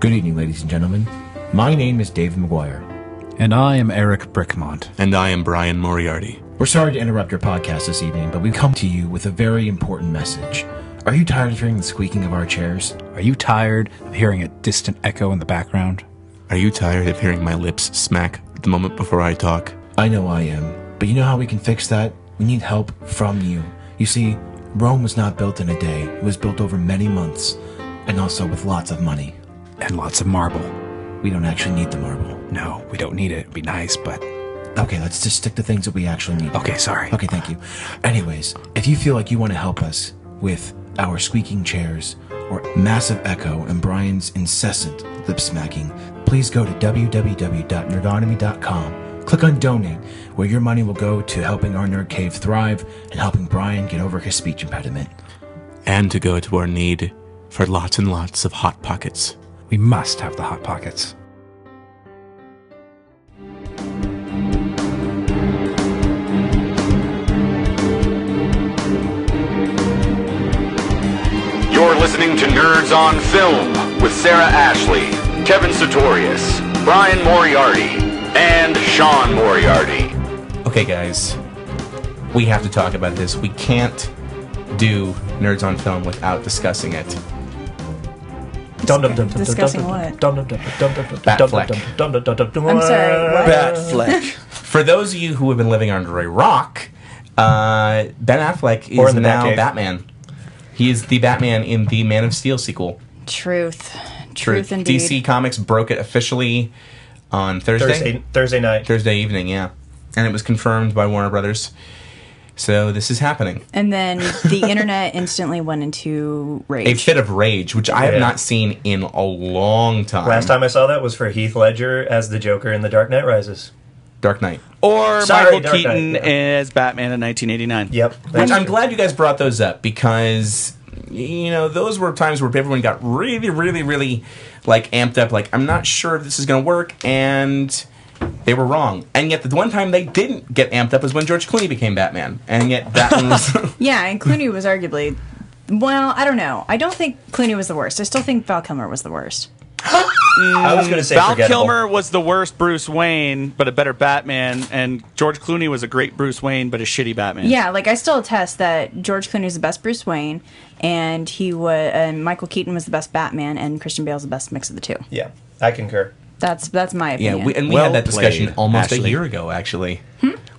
Good evening, ladies and gentlemen. My name is David McGuire. And I am Eric Brickmont. And I am Brian Moriarty. We're sorry to interrupt your podcast this evening, but we've come to you with a very important message. Are you tired of hearing the squeaking of our chairs? Are you tired of hearing a distant echo in the background? Are you tired of hearing my lips smack the moment before I talk? I know I am, but you know how we can fix that? We need help from you. You see, Rome was not built in a day, it was built over many months, and also with lots of money. And lots of marble. We don't actually need the marble. No, we don't need it. It'd be nice, but. Okay, let's just stick to things that we actually need. Okay, sorry. Okay, thank you. Anyways, if you feel like you want to help us with our squeaking chairs or massive echo and Brian's incessant lip smacking, please go to www.nerdonomy.com. Click on donate, where your money will go to helping our nerd cave thrive and helping Brian get over his speech impediment. And to go to our need for lots and lots of Hot Pockets. We must have the Hot Pockets. You're listening to Nerds on Film with Sarah Ashley, Kevin Sartorius, Brian Moriarty, and Sean Moriarty. Okay, guys, we have to talk about this. We can't do Nerds on Film without discussing it. Dum dum dum dum Discussing dum what? dum dum dum dum dum dum dum Batfleck. dum dum dum dum dum. I'm sorry. What? Batfleck. For those of you who have been living under a rock, uh, Ben Affleck Or is in the now Batcave. Batman. He is the Batman in the Man of Steel sequel. Truth. Truth, indeed. DC Comics broke it officially on Thursday Thursday night. Thursday evening, yeah. And it was confirmed by Warner Brothers. So this is happening. And then the internet instantly went into A rage. fit of rage, which I have Yeah. not seen in a long time. Last time I saw that was for Heath Ledger as the Joker in The Dark Knight Rises. Dark Knight. Oh, Or Sorry, Michael Dark Knight, Keaton yeah. as Batman in 1989. Yep. Which that's I'm true. glad you guys brought those up because you know those were times where everyone got really, really, really like amped up. Like I'm not sure if this is going to work, and they were wrong. And yet the one time they didn't get amped up was when George Clooney became Batman, and yet Batman was yeah, and Clooney was arguably. Well, I don't know. I don't think Clooney was the worst. I still think Val Kilmer was the worst. I was going to say Val forgettable. Kilmer was the worst Bruce Wayne, but a better Batman, and George Clooney was a great Bruce Wayne, but a shitty Batman. Yeah, like I still attest that George Clooney was the best Bruce Wayne, and he was, and Michael Keaton was the best Batman, and Christian Bale's the best mix of the two. Yeah, I concur. That's that's my yeah. opinion. We, and we Well had that discussion played, almost a Ashley. year ago, actually.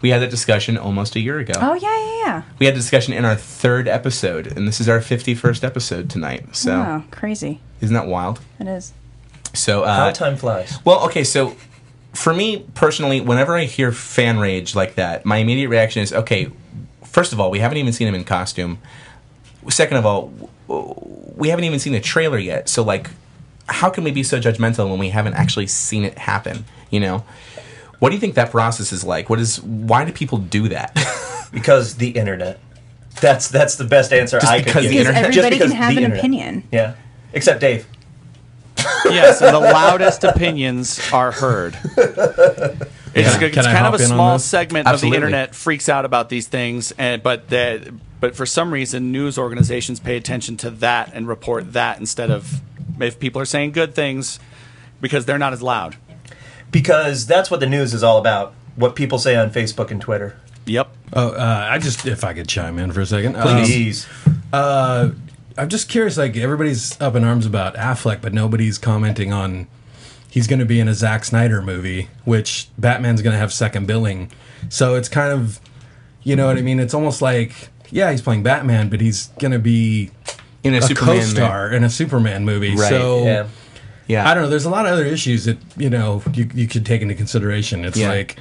We had that discussion almost a year ago. Hmm? oh yeah, yeah, yeah. We had a discussion in our third episode, and this is our 51st episode tonight. So Wow, Oh, crazy. isn't that wild? It is. So uh, How time flies. Well, okay, so for me personally, whenever I hear fan rage like that, my immediate reaction is okay, first of all, we haven't even seen him in costume. Second of all, w- we haven't even seen the trailer yet. So, like, how can we be so judgmental when we haven't actually seen it happen? You know? What do you think that process is like? What is why do people do that? Because the internet. That's that's the best answer I could because give. the you. Because internet- Just everybody because can have the an internet. opinion. Yeah. Except Dave. Yes, and the loudest opinions are heard. It's, it's Can I kind of hop in a on small this? segment Absolutely. of the internet freaks out about these things, and but that but for some reason news organizations pay attention to that and report that instead of if people are saying good things because they're not as loud. Because that's what the news is all about. What people say on Facebook and Twitter. Yep. Oh, uh, I just if I could chime in for a second, Um, Please. uh, I'm just curious. Like everybody's up in arms about Affleck, but nobody's commenting on he's going to be in a Zack Snyder movie, which Batman's going to have second billing. So it's kind of, you know what I mean? It's almost like yeah, he's playing Batman, but he's going to be In a, a Superman movie. co-star in a Superman movie. Right, So yeah. Yeah. I don't know. There's a lot of other issues that you know you you could take into consideration. It's Yeah. like.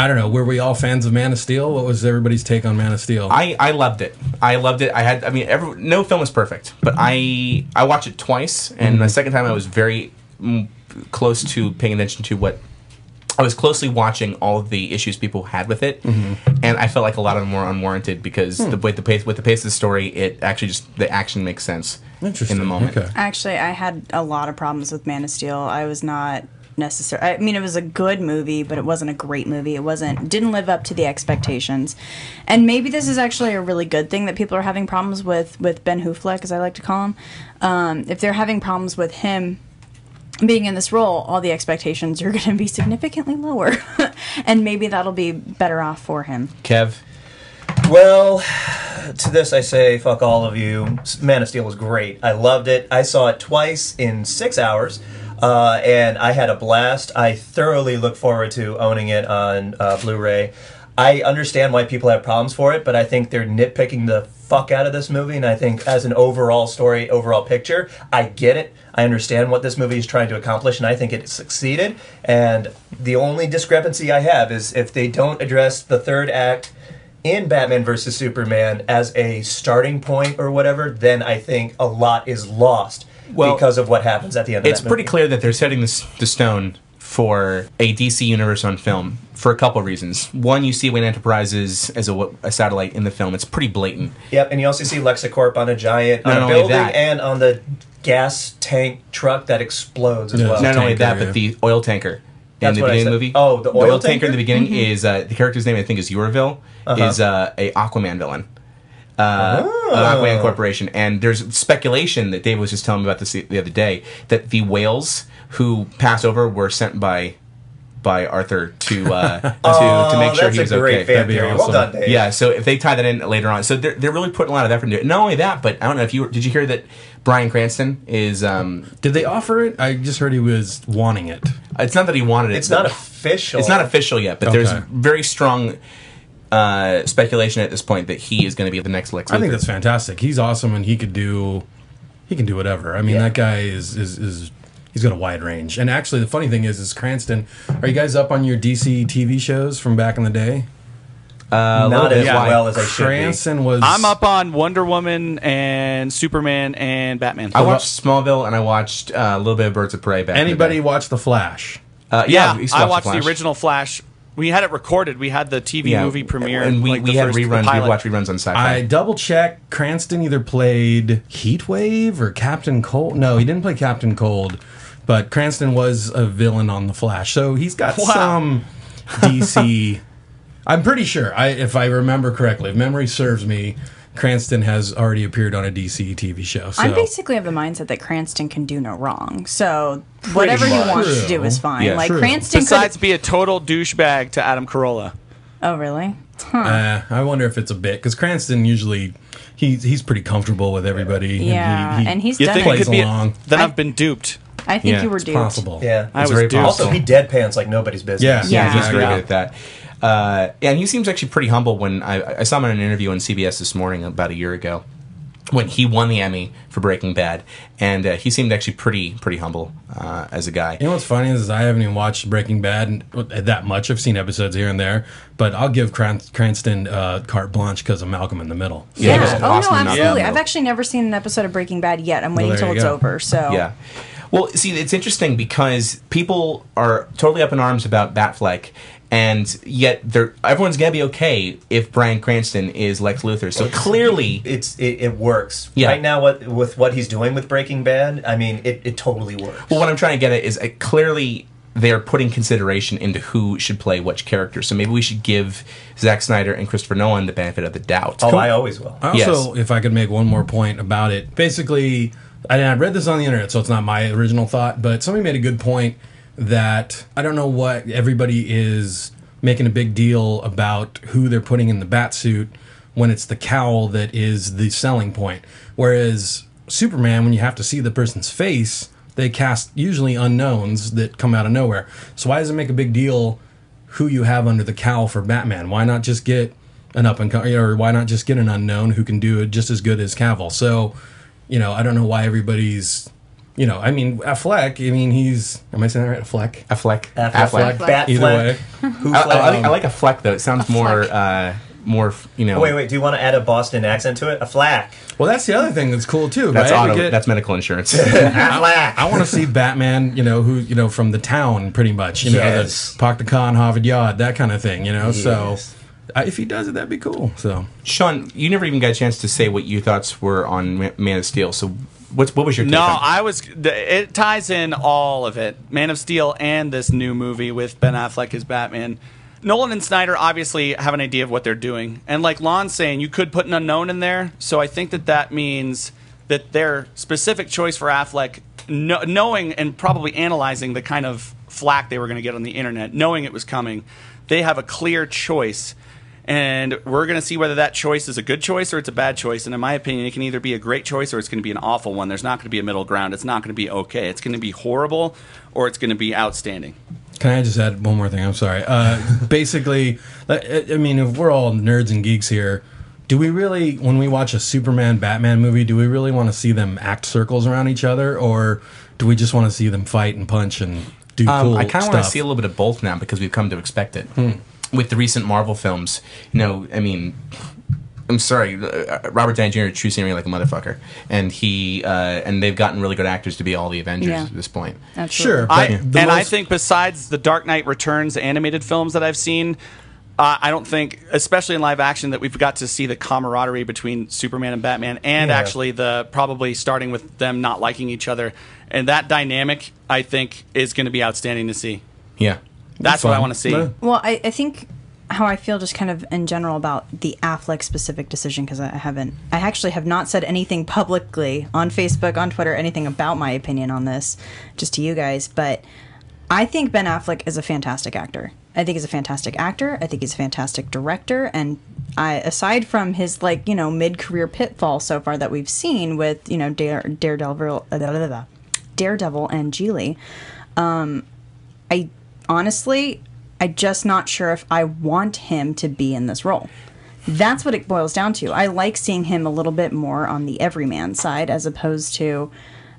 I don't know. Were we all fans of Man of Steel? What was everybody's take on Man of Steel? I, I loved it. I loved it. I had I mean every, no film is perfect, but I I watched it twice, and Mm-hmm. the second time I was very mm, close to paying attention to what I was closely watching all of the issues people had with it, Mm-hmm. and I felt like a lot of them were unwarranted because Hmm. the with the pace with the pace of the story, it actually just the action makes sense in Interesting. the moment. Okay. Actually, I had a lot of problems with Man of Steel. I was not necessary. I mean, it was a good movie, but it wasn't a great movie. It wasn't didn't live up to the expectations. And maybe this is actually a really good thing that people are having problems with with Ben Hoofleck, as I like to call him. Um, if they're having problems with him being in this role, all the expectations are going to be significantly lower, and maybe that'll be better off for him. Kev, Well, to this I say, fuck all of you. Man of Steel was great. I loved it. I saw it twice in six hours, uh, and I had a blast. I thoroughly look forward to owning it on uh, Blu-ray. I understand why people have problems for it, but I think they're nitpicking the fuck out of this movie. And I think, as an overall story, overall picture, I get it. I understand what this movie is trying to accomplish, and I think it succeeded. And the only discrepancy I have is if they don't address the third act in Batman versus Superman as a starting point or whatever, then I think a lot is lost Well, because of what happens at the end. of it's that pretty movie. clear that they're setting this, the stone for a DC universe on film for a couple reasons. One, you see Wayne Enterprises as a, a satellite in the film; it's pretty blatant. Yep, and you also see LexiCorp on a giant on Not a only building that- and on the gas tank truck that explodes as Yeah. well. Not only tanker, that, yeah. but the oil tanker. That's in the what I beginning said. movie. Oh, the oil tanker? Mm-hmm. Uh-huh. in the beginning is uh, the character's name. I think is Euroville. Is uh, a Aquaman villain. Uh, Oh. of Aquaman Corporation, and there's speculation that Dave was just telling me about this the, the other day that the whales who pass over were sent by by Arthur to uh, to to make Oh, sure that's he was a great okay. fan be theory. awesome. Well done, Dave. Yeah, so if they tie that in later on, so they're, they're really putting a lot of effort into it. Not only that, but I don't know if you were- did you hear that Brian Cranston is um, Did they offer it? I just heard he was wanting it. it's not that he wanted it, It's not but- official. It's not official yet, but there's Okay. very strong uh, speculation at this point that he is going to be the next Lex. I think Luthor. that's fantastic. He's awesome, and he could do he can do whatever. I mean, that guy is is is he's got a wide range. And actually, the funny thing is, is Cranston. Are you guys up on your DC TV shows from back in the day? not as bit. Yeah. well as I should be. Cranston was. I'm up on Wonder Woman and Superman and Batman. I watched Smallville and I watched uh, a little bit of Birds of Prey. Back in the Anybody day. watch The Flash? Uh, yeah, we used to I watch watched the Flash. original Flash. We had it recorded. We had the TV Yeah, movie premiere, and we, like, we the had first- the reruns. We pilot. watched reruns on Sci-Fi. I double checked. Cranston either played Heatwave or Captain Cold. No, he didn't play Captain Cold, but Cranston was a villain on The Flash, so he's got Wow. some DC. I'm pretty sure, I, if I remember correctly, if memory serves me, Cranston has already appeared on a DC TV show. So I'm basically of the mindset that Cranston can do no wrong, so whatever he much. wants to True. do is fine. Yeah, like true. Cranston Besides, be a total douchebag to Adam Carolla. could. Oh, really? uh, I wonder if it's a bit because Cranston usually he's he's pretty comfortable with everybody. and he- Yeah, he, and he's You done think plays it it. could be? along. then I- I've been duped. I think Yeah, you were it's duped. possible. Yeah. I It's was very duped. possible. also, he deadpans like nobody's business. Yeah, Yeah. He's very exactly. good at that. Uh, and he seems actually pretty humble. When I, I saw him in an interview on CBS this morning about a year ago, when he won the Emmy for Breaking Bad, and uh, he seemed actually pretty pretty humble uh, as a guy. You know what's funny is I haven't even watched Breaking Bad and- that much. I've seen episodes here and there, but I'll give Cran- Cranston uh, carte blanche because of Malcolm in the Middle. Yeah. Yeah, just Oh lost no, in the absolutely. middle. I've actually never seen an episode of Breaking Bad yet. I'm waiting there until you it's go. over. Oh. So Yeah. Well, see, it's interesting because people are totally up in arms about Batfleck, and yet they're, everyone's gonna be okay if Brian Cranston is Lex Luthor. So clearly, It's it, it works Yeah. right now. What with what he's doing with Breaking Bad, I mean, it, it totally works. Well, what I'm trying to get at is uh, clearly they're putting consideration into who should play which character. So maybe we should give Zack Snyder and Christopher Nolan the benefit of the doubt. oh, I always will. I also, if I could make one more point about it, basically, and I read this on the internet, so it's not my original thought, but somebody made a good point that I don't know what everybody is making a big deal about who they're putting in the bat suit when it's the cowl that is the selling point. Whereas Superman, when you have to see the person's face, they cast usually unknowns that come out of nowhere. So why does it make a big deal who you have under the cowl for Batman. Why not just get an up and coming, or why not just get an unknown who can do it just as good as Cavill? So, you know, I don't know why everybody's, you know, I mean, Affleck. I mean, he's. Am I saying that right? Affleck. Affleck. Affleck, Batfleck, Either way. Who I, I like, Fleck? I like Affleck though. It sounds more, uh, more you know. Wait, wait. Do you want to add a Boston accent to it? A flack. Well, that's the other thing that's cool too. That's right? We auto. get- That's medical insurance. I want to see Batman, you know, who you know from the town, pretty much, you know, Yes. the Park the Con, Harvard Yard, that kind of thing, you know. Yes. So, uh, if he does it, that'd be cool. So, Sean, you never even got a chance to say what your thoughts were on Ma- Man of Steel. So, what's what was your take No, on- I was. th- It ties in all of it: Man of Steel and this new movie with Ben Affleck as Batman. Nolan and Snyder obviously have an idea of what they're doing, and like Lon's saying, you could put an unknown in there. So I think that that means that their specific choice for Affleck kno- knowing and probably analyzing the kind of flack they were going to get on the internet, knowing it was coming, they have a clear choice. And we're going to see whether that choice is a good choice or it's a bad choice. And in my opinion, it can either be a great choice or it's going to be an awful one. There's not going to be a middle ground. It's not going to be okay. It's going to be horrible or it's going to be outstanding. Can I just add one more thing? I'm sorry. Uh, basically, I I mean, if we're all nerds and geeks here, do we really, when we watch a Superman Batman movie, do we really want to see them act circles around each other, or do we just want to see them fight and punch and do Um, cool I kind of want stuff? Hmm. to see a little bit of both now because we've come to expect it. With the recent Marvel films, you know, I mean, I'm sorry, uh, Robert Downey Jr. is choosing me like a motherfucker, and he uh, and they've gotten really good actors to be all the Avengers Yeah. at this point. Absolutely. sure, I, but and the I most- think besides the Dark Knight Returns animated films that I've seen, uh, I don't think, especially in live action, that we've got to see the camaraderie between Superman and Batman, and Yeah. actually the probably starting with them not liking each other, and that dynamic I think is going to be outstanding to see. Yeah, That's what I want to see. Yeah. Well, I, I think how I feel just kind of in general about the Affleck specific decision because I I haven't, I actually have not said anything publicly on Facebook, on Twitter, anything about my opinion on this, just to you guys. But I think Ben Affleck is a fantastic actor. I think he's a fantastic actor. I think he's a fantastic director. And I, aside from his like you know mid career pitfall so far that we've seen with you know Dare, Daredevil, uh, da, da, da, da, Daredevil and Geely, I honestly, I just not sure if I want him to be in this role. That's what it boils down to. I like seeing him a little bit more on the everyman side as opposed to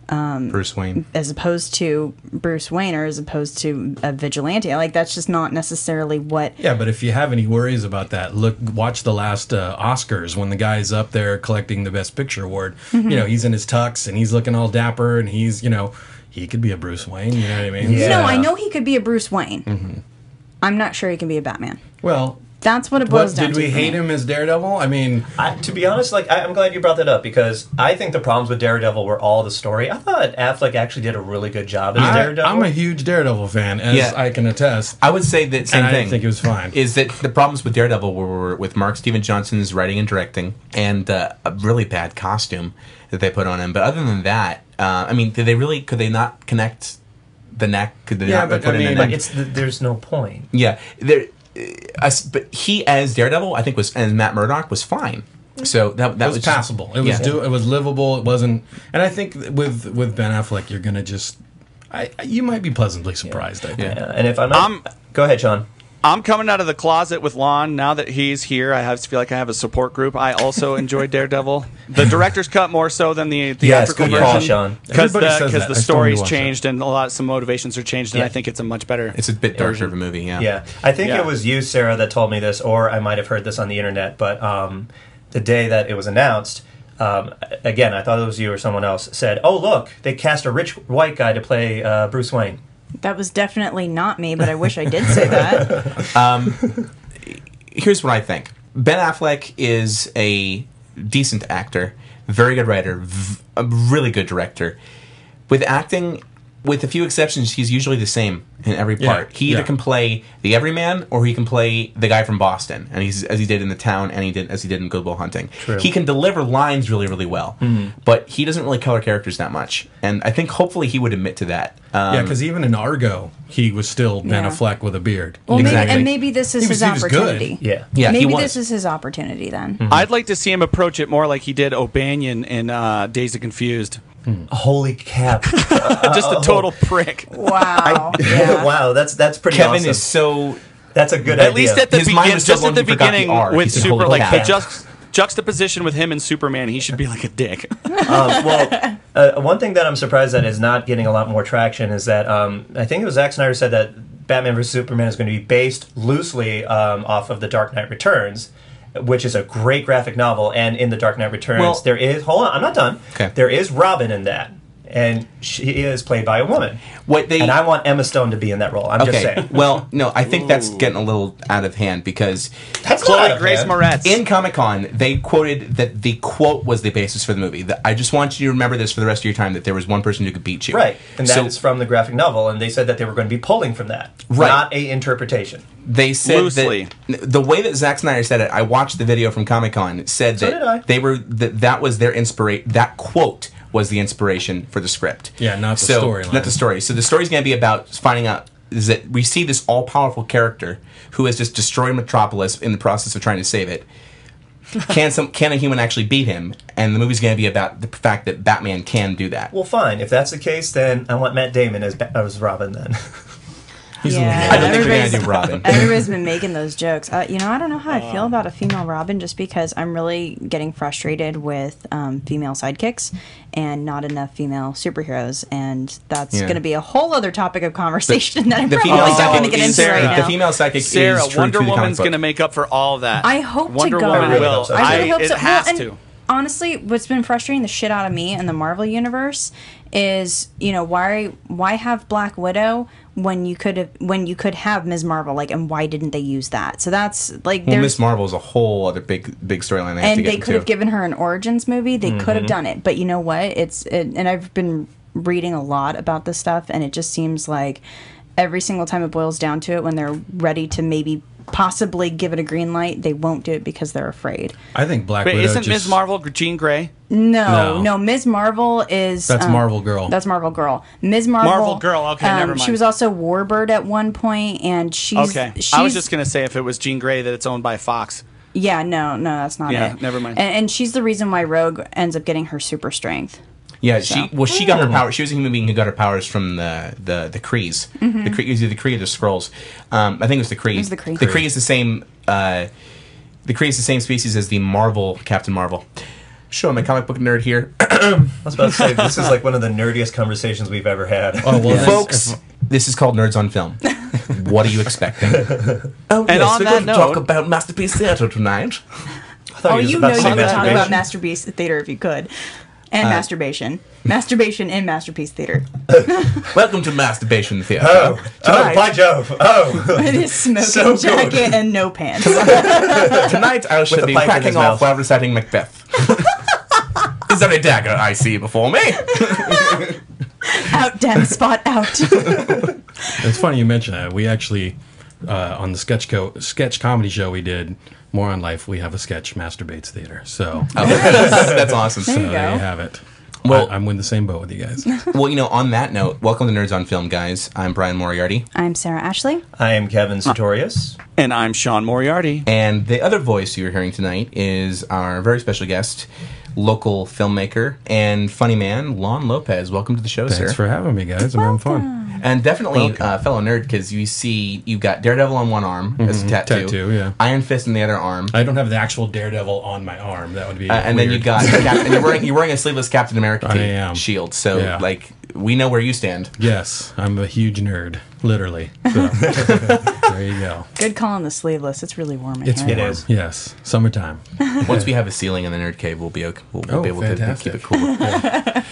Bruce Wayne. as opposed to Bruce Wayne or as opposed to a vigilante. Like that's just not necessarily what Yeah, but if you have any worries about that, look, watch the last uh, Oscars when the guy's up there collecting the Best Picture award. You know, he's in his tux and he's looking all dapper, and he's, you know, he could be a Bruce Wayne. You know what I mean? Yeah. No, I know he could be a Bruce Wayne. Mm-hmm. I'm not sure he can be a Batman. Well, That's what it boils what, down did to. we for me. hate him as Daredevil? I mean, I, to be honest, like I, I'm glad you brought that up because I think the problems with Daredevil were all the story. I thought Affleck actually did a really good job as I, Daredevil. am a huge Daredevil fan, as Yeah. I can attest. I would say that same and I thing. didn't think it was fine. Is that the problems with Daredevil were, were with Mark Steven Johnson's writing and directing, and uh, a really bad costume that they put on him. But other than that, uh, I mean, did they really? Could they not connect the neck? Could they Yeah, not but put I in mean, the but neck? it's the, there's no point. Yeah, there. uh, us- but he as Daredevil, I think was and Matt Murdock was fine. So that that it was, just- passable. It was yeah. do, it was livable. It wasn't. And I think th- with with Ben Affleck, you're gonna just, I I- you might be pleasantly surprised. I think. Yeah. Yeah, and if I'm, not, Um, go ahead, Sean. I'm coming out of the closet with Lon now that he's here. I have feel like I have a support group. I also enjoy Daredevil, the director's cut more so than the theatrical good call, version Sean. because Everybody the, says 'cause that. the I still need to story's watch changed and a lot some motivations are changed, and I think it's a much better. It's a bit darker of a movie. Yeah. Yeah, I think Yeah. it was you, Sarah, that told me this, or I might have heard this on the internet. But um, the day that it was announced, um, again, I thought it was you or someone else said, "Oh, look, they cast a rich white guy to play uh, Bruce Wayne." That was definitely not me, but I wish I did say that. Here's what I think. Ben Affleck is a decent actor, very good writer, v- a really good director. With acting, with a few exceptions, he's usually the same in every part. he either yeah. can play the everyman or he can play the guy from Boston, and he's as he did in The Town, and he did as he did in Goodwill Hunting. He can deliver lines really, really well, Mm-hmm. but he doesn't really color characters that much. And I think hopefully he would admit to that. Um, Yeah, because even in Argo, he was still Ben Yeah. Affleck with a beard. Well, maybe, Exactly. and maybe this is He was- his he was good. opportunity. Yeah, Yeah, he maybe was. Mm-hmm. this is his opportunity then. I'd like to see him approach it more like he did O'Banion in uh, Days of Confused. Holy cap! Just Uh, oh. a total prick. Wow. yeah. wow, that's that's pretty. Kevin awesome. is so That's a good idea. At least at the His mind beginning, was so just blown at the he forgot the beginning R. He with said, Super, "Holy like the cow." just, juxtaposition with him and Superman, he should be like a dick. um, well, uh, one thing that I'm surprised that is not getting a lot more traction is that um, I think it was Zack Snyder said that Batman vs Superman is going to be based loosely um, off of The Dark Knight Returns, which is a great graphic novel. And in The Dark Knight Returns, Well- there is hold on, I'm not done. Okay. There is Robin in that, and she is played by a woman. what they And I want Emma Stone to be in that role. I'm just saying. well, no, I think that's getting a little out of hand because That's not out Chloe of Grace hand. Moretz. in Comic Con they quoted that the quote was the basis for the movie. That- I just want you to remember this for the rest of your time that there was one person who could beat you. Right, and so that's from the graphic novel, and they said that they were going to be pulling from that, Right. not a interpretation. they said Loosely. that the way that Zack Snyder said it. I watched the video from Comic Con. Said did I. that they were that that was their inspiration. That quote was the inspiration for the script. Yeah, not the So- storyline. Not the story. So the story's going to be about finding out is that we see this all powerful character who has just destroyed Metropolis in the process of trying to save it. Can some can a human actually beat him? And the movie's going to be about the fact that Batman can do that. Well, fine. If that's the case, then I want Matt Damon as, Ba- as Robin then. yeah, I don't think they're going everybody's- to do Robin. Oh. Everybody's been making those jokes. Uh, you know, I don't know how I feel about a female Robin just because I'm really getting frustrated with um, female sidekicks and not enough female superheroes. And that's Yeah. going to be a whole other topic of conversation that I'm the probably female not going psychic to get is into Sarah. right now. The female psychic Sarah, is true Wonder to the comic Woman's book. going to make up for all that. I hope Wonder to God. Woman I really will. hope so. I really I- hope it so. Well, has and to. Honestly, what's been frustrating the shit out of me in the Marvel universe is, you know, why why have Black Widow when you could have when you could have Ms. Marvel like and why didn't they use that? So that's like Well, there's Miss Marvel is a whole other big big storyline. They have to and get they could into. have given her an origins movie. They could have done it, but you know what? It's it, and I've been reading a lot about this stuff, and it just seems like every single time it boils down to it, when they're ready to maybe possibly give it a green light, they won't do it because they're afraid. I think Black But Widow isn't just, Ms. Marvel Jean Grey? No, no, No. Ms. Marvel is um, That's Marvel Girl. That's Marvel Girl. Ms. Marvel. um, Marvel Girl, okay, never mind. She was also Warbird at one point, and she's Okay. She's, I was just going to say if it was Jean Grey that it's owned by Fox. yeah, no, no, that's not Yeah, it. never mind. And, and she's the reason why Rogue ends up getting her super strength. Yeah, she well, she Hmm. got her power. She was a human being who got her powers from the the the Krees. The Kree, either the Kree or the Scrolls. Um, I think it was the Kree. Mm-hmm. was the Kree. The Kree is the same. Uh, the Kree is the same species as the Marvel Captain Marvel. Sure, I'm a comic book nerd here, I was about to say this is like one of the nerdiest conversations we've ever had. Oh well, then- folks. This is called Nerds on Film. what are you expecting? oh, And on that note- about masterpiece theater tonight. I thought Oh, he was you about know to you say would talk masturbation. about masterpiece theater if you could, and masturbation, masturbation and masterpiece theater. Welcome to masturbation theater. Oh, by Jove! Oh, It is smoking So good. jacket and no pants. Tonight I a shall be pipe in cracking his off mouth. while reciting Macbeth. Is there a dagger I see before me? out, damn spot out. It's funny you mention that. We actually, uh, on the sketch co- sketch comedy show we did, More on Life, we have a sketch, Masturbates Theater. So Oh, That's awesome. There you uh, there go. you have it. Well- I, am in the same boat with you guys. Well, you know, on that note, welcome to Nerds on Film, guys. I'm Brian Moriarty, I'm Sarah Ashley. I am Kevin Sartorius. And I'm Sean Moriarty. and the other voice you're hearing tonight is our very special guest, local filmmaker and funny man, Lon Lopez. Welcome to the show, Thanks sir, for having me, guys. I'm having fun. and definitely uh, fellow nerd because you see you've got Daredevil on one arm as a tattoo, Mm-hmm. Tattoo, yeah. Iron Fist in the other arm. I don't have the actual Daredevil on my arm. That would be. Uh, and then you weird. got Cap- and you're wearing you're wearing a sleeveless Captain America I t- am. shield, so Yeah. like we know where you stand. Yes, I'm a huge nerd, literally. So, there you go. Good call on the sleeveless. It's really warm in It's here. warm. is. Yes, summertime. Once we have a ceiling in the nerd cave, we'll be okay. We'll, we'll Oh, be able fantastic. to keep it cool.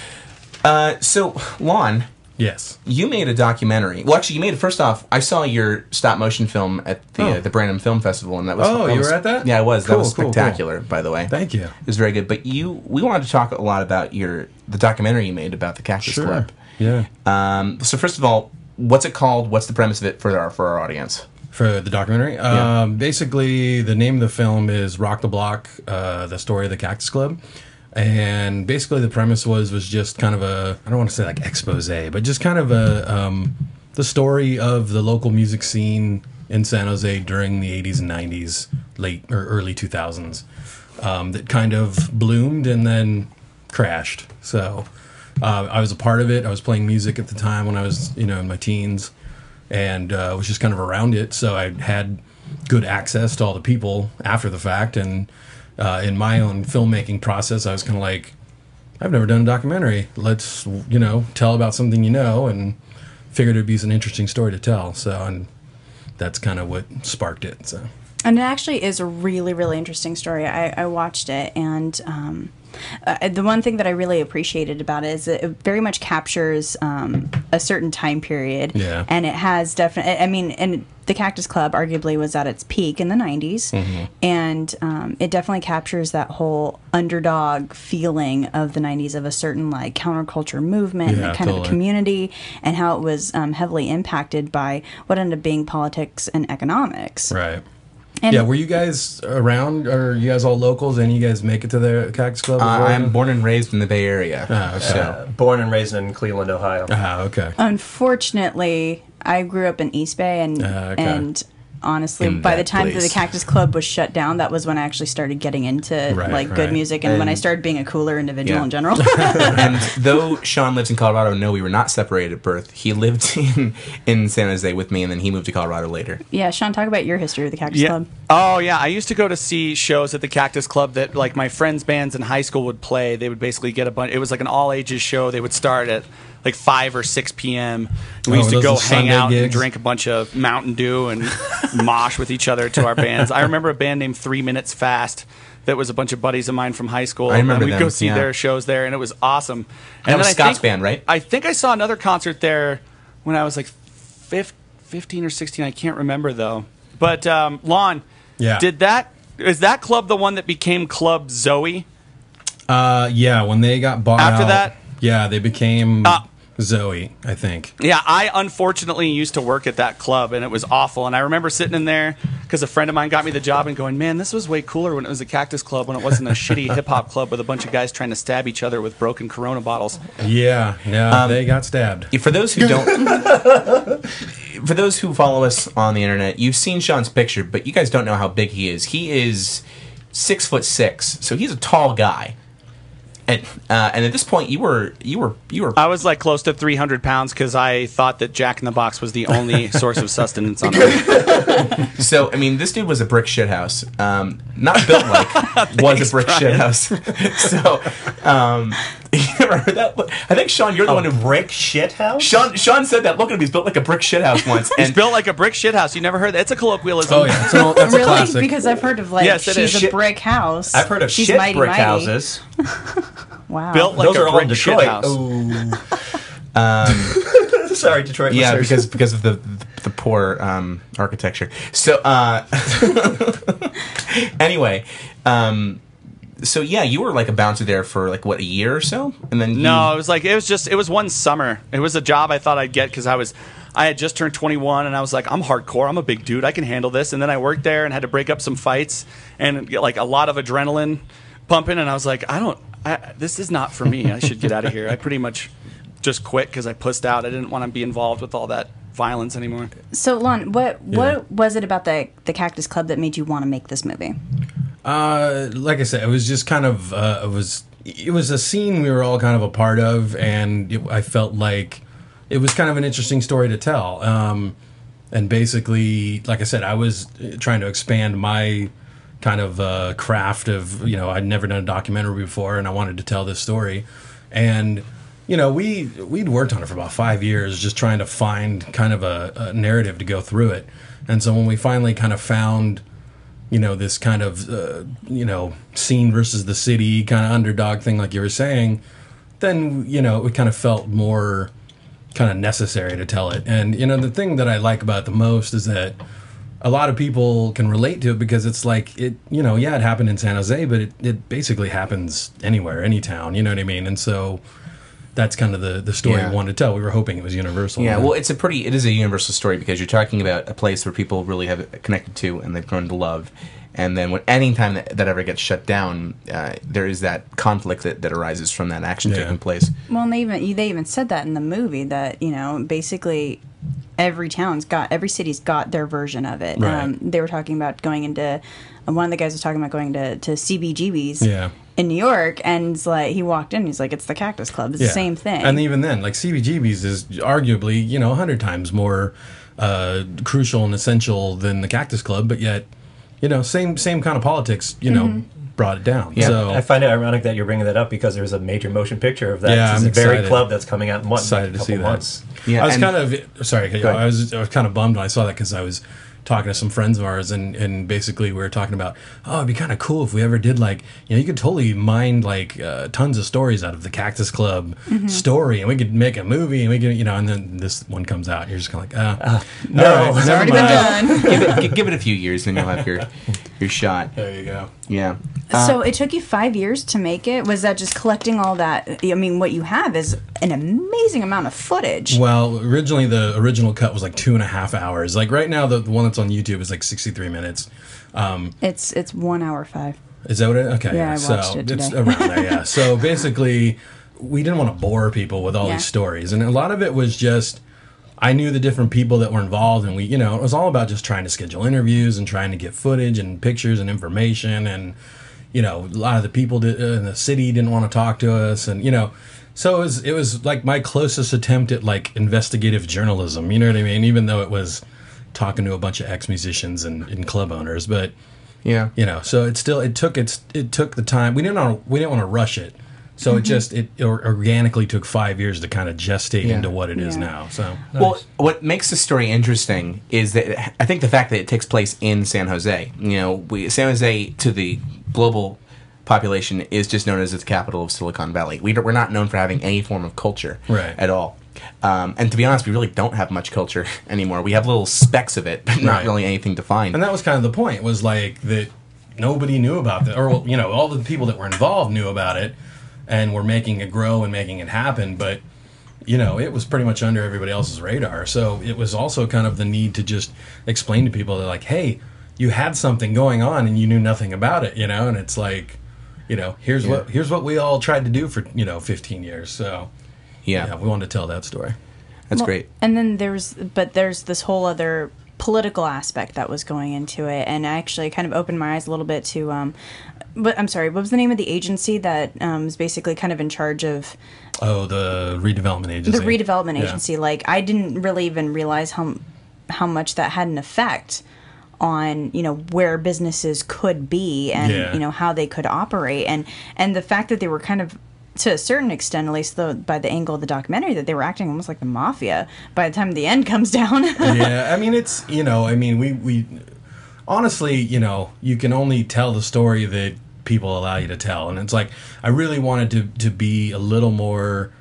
Uh, so, Lon, Yes. you made a documentary. Well, actually, you made it. First off, I saw your stop motion film at the uh, Oh. the Brandon Film Festival, and that was Oh, that you was- were at that? Yeah, I was. that Cool, was cool, cool. spectacular, by the way. Thank you. It was very good. But you, we wanted to talk a lot about your the documentary you made about the Cactus Club. Yeah. Um, so, first of all, what's it called? What's the premise of it for our for our audience? For the documentary, um, basically the name of the film is "Rock the Block: uh, The Story of the Cactus Club," and basically the premise was was just kind of a I don't want to say like expose, but just kind of a um, the story of the local music scene in San Jose during the '80s and '90s, late or early 2000s, um, that kind of bloomed and then crashed. So uh, I was a part of it. I was playing music at the time when I was you know in my teens and uh, was just kind of around it. So I had good access to all the people after the fact. And uh, in my own filmmaking process, I was kind of like, I've never done a documentary. Let's, you know, tell about something you know and figured it'd be an interesting story to tell. So, and that's kind of what sparked it. So, And it actually is a really, really interesting story. I, I watched it, and um, uh, the one thing that I really appreciated about it is it very much captures um, a certain time period. Yeah. And it has definitely, I mean, and the Cactus Club arguably was at its peak in the 90s. Mm-hmm. And um, it definitely captures that whole underdog feeling of the 90s of a certain like counterculture movement and Yeah, that kind of a totally. community community and how it was um, heavily impacted by what ended up being politics and economics. right. And Yeah, were you guys around? Are you guys all locals and you guys make it to the Cactus Club? Uh, before I'm then? born and raised in the Bay Area. Ah, okay. So uh, Born and raised in Cleveland, Ohio. Ah, okay. unfortunately, I grew up in East Bay, and Ah, okay. and honestly, In by the that time that place. the Cactus Club was shut down, that was when I actually started getting into Right, like good right. music, and, when I started being a cooler individual Yeah. in general. and though Sean lives in Colorado, no, we were not separated at birth. He lived in, in San Jose with me, and then he moved to Colorado later. yeah, Sean, talk about your history with the Cactus Yeah. Club. Oh yeah, I used to go to see shows at the Cactus Club that like my friends' bands in high school would play. They would basically get a bunch. It was like an all ages show. They would start at like five or six p.m. And we Oh, used to those go hang are Sunday out and gigs? drink a bunch of Mountain Dew and mosh with each other to our bands. I remember a band named Three Minutes Fast. That was a bunch of buddies of mine from high school. I remember and we'd go them, see yeah. their shows there, and it was awesome. And was then I Scott's think- band, right? I think I saw another concert there when I was like fif- 15 or 16. I can't remember though. But um, Lon, Yeah. did that is that club the one that became Club Zoe? Uh, yeah, when they got bought After out- that? yeah, they became Ah. Zoe, I think. Yeah, I unfortunately used to work at that club and it was awful. And I remember sitting in there because a friend of mine got me the job and going, man, this was way cooler when it was a cactus club, when it wasn't a shitty hip hop club with a bunch of guys trying to stab each other with broken Corona bottles. Yeah, yeah, um, they got stabbed. For those who don't, for those who follow us on the internet, you've seen Sean's picture, but you guys don't know how big he is. He is six foot six, so he's a tall guy. And uh, and at this point, you were you were you were I was like close to 300 pounds because I thought that Jack in the Box was the only source of sustenance on earth. So I mean, this dude was a brick shithouse. Um, not built like was a brick shithouse. so um, you ever heard that? I think Sean, you're the Oh. one who. Brick shit house. Sean, Sean said that. Look at him. He's built like a brick shithouse once. And It's built like a brick shithouse. You never heard that? It's a colloquialism. Oh yeah, it's an old- that's a Really? classic. Because I've heard of like Yes, it she's is. a Shit. brick house. I've heard of she's shit mighty, brick mighty. houses. Wow. built like Those a are all in brick Detroit. shithouse. Ooh. Sorry, Detroit. yeah, because listeners. because of the the poor um, architecture. So uh, anyway, um, so yeah, you were like a bouncer there for like what a year or so, and then you- No, it was like it was just it was one summer. It was a job I thought I'd get because I was I had just turned 21 and I was like I'm hardcore. I'm a big dude. I can handle this. And then I worked there and had to break up some fights and get like a lot of adrenaline pumping. And I was like I don't. I, this is not for me. I should get out of here. I pretty much just quit because I pussed out. I didn't want to be involved with all that violence anymore. So, Lon, what what was it about the the Cactus Club that made you want to make this movie? Uh, like I said, it was just kind of uh, it was it was a scene we were all kind of a part of, and it, I felt like it was kind of an interesting story to tell. Um, and basically, like I said, I was uh, trying to expand my kind of uh, craft of you know I'd never done a documentary before, and I wanted to tell this story, and. You know, we we'd worked on it for about five years, just trying to find kind of a, a narrative to go through it. And so when we finally kind of found you know this kind of uh, you know scene versus the city kind of underdog thing like you were saying then you know it kind of felt more kind of necessary to tell it and you know the thing that i like about it the most is that a lot of people can relate to it because it's like it you know yeah it happened in san jose but it, it basically happens anywhere any town you know what i mean and so that's kind of the the story Yeah. we wanted to tell we were hoping it was universal Yeah, well, it's a pretty, it is a universal story because you're talking about a place where people really have connected to and they've grown to love. And then when any time that, that ever gets shut down, uh, there is that conflict that, that arises from that action Yeah. taking place. Well, and they even they even said that in the movie that you know basically every town's got every city's got their version of it. Um, Right. they were talking about going into and one of the guys was talking about going to to CBGB's Yeah. in New York, and it's like he walked in, he's like, it's the Cactus Club, it's Yeah. the same thing. And even then, like CBGB's is arguably, you know, 100 times more uh, crucial and essential than the Cactus Club, but yet, you know, same same kind of politics, you know, Mm-hmm. brought it down. so I find it ironic that you're bringing that up because there's a major motion picture of that. Yeah, It's I'm the very excited. club that's coming out in one excited to couple see that. months. Yeah, I was and- kind of sorry. I was, I was kind of bummed when I saw that because I was talking to some friends of ours, and, and basically we were talking about, oh, it'd be kind of cool if we ever did like, you know, you could totally mine like uh, tons of stories out of the Cactus Club story, and we could make a movie, and we could, you know, and then this one comes out, and you're just kind of like, uh, No, never already been mind. done. give, it, gi- give it a few years and you'll have your. you're shot. There you go. Yeah. Uh, so it took you five years to make it. Was that just collecting all that? I mean, what you have is an amazing amount of footage. Well, originally the original cut was like two and a half hours. Like right now, the, the one that's on YouTube is like sixty three minutes. It's it's one hour five. Is that what it? Okay, Yeah, I watched so it it's today. around there. Yeah. So basically, we didn't want to bore people with all Yeah. these stories, and a lot of it was just I knew the different people that were involved, and we, you know, it was all about just trying to schedule interviews and trying to get footage and pictures and information, and you know, a lot of the people di- uh, in the city didn't want to talk to us, and you know. So it was, it was like my closest attempt at like investigative journalism. You know what I mean? Even though it was talking to a bunch of ex musicians and, and club owners, but Yeah. you know so it still it took its it took the time we didn't want to, we didn't want to rush it so it just it or, organically took five years to kind of gestate Yeah. into what it is Yeah. now so Well, what makes the story interesting is that I think the fact that it takes place in San Jose. You know, we, San Jose to the global population is just known as the capital of Silicon Valley. We don't, we're not known for having any form of culture Right. at all. Um, and to be honest, we really don't have much culture anymore. We have little specks of it, but not Right. really anything defined. and that was kind of the point was like that nobody knew about that or you know all the people that were involved knew about it and were making it grow and making it happen but you know it was pretty much under everybody else's radar so it was also kind of the need to just explain to people that like hey you had something going on and you knew nothing about it you know and it's like you know here's what here's what we all tried to do for you know 15 years so yeah yeah, we wanted to tell that story that's Well, great. And then there's, but there's this whole other political aspect that was going into it, and I actually kind of opened my eyes a little bit to, um, but I'm sorry, what was the name of the agency that um, is basically kind of in charge of oh the redevelopment agency the redevelopment Yeah. agency? Like, I didn't really even realize how how much that had an effect on you know where businesses could be and Yeah. you know how they could operate and and the fact that they were kind of to a certain extent at least though by the angle of the documentary that they were acting almost like the mafia by the time the end comes down yeah, I mean it's you know, I mean we we honestly, you know, you can only tell the story that people allow you to tell, and it's like I really wanted to to be a little more.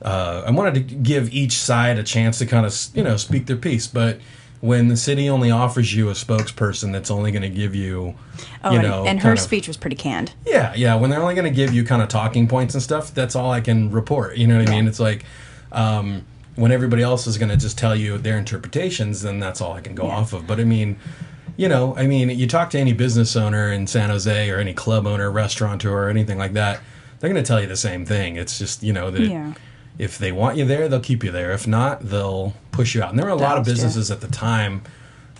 Uh, I wanted to give each side a chance to kind of you know speak their piece, but when the city only offers you a spokesperson that's only going to give you, oh, you and, know, and her kind of- speech was pretty canned yeah, yeah. When they're only going to give you kind of talking points and stuff, that's all I can report. You know what I mean? It's like um, when everybody else is going to just tell you their interpretations, then that's all I can go off of. But I mean, you know, I mean, you talk to any business owner in San Jose or any club owner, restaurateur, or anything like that, they're going to tell you the same thing. It's just you know that Yeah. if they want you there, they'll keep you there. If not, they'll push you out. And there were a lot of That's true. businesses at the time.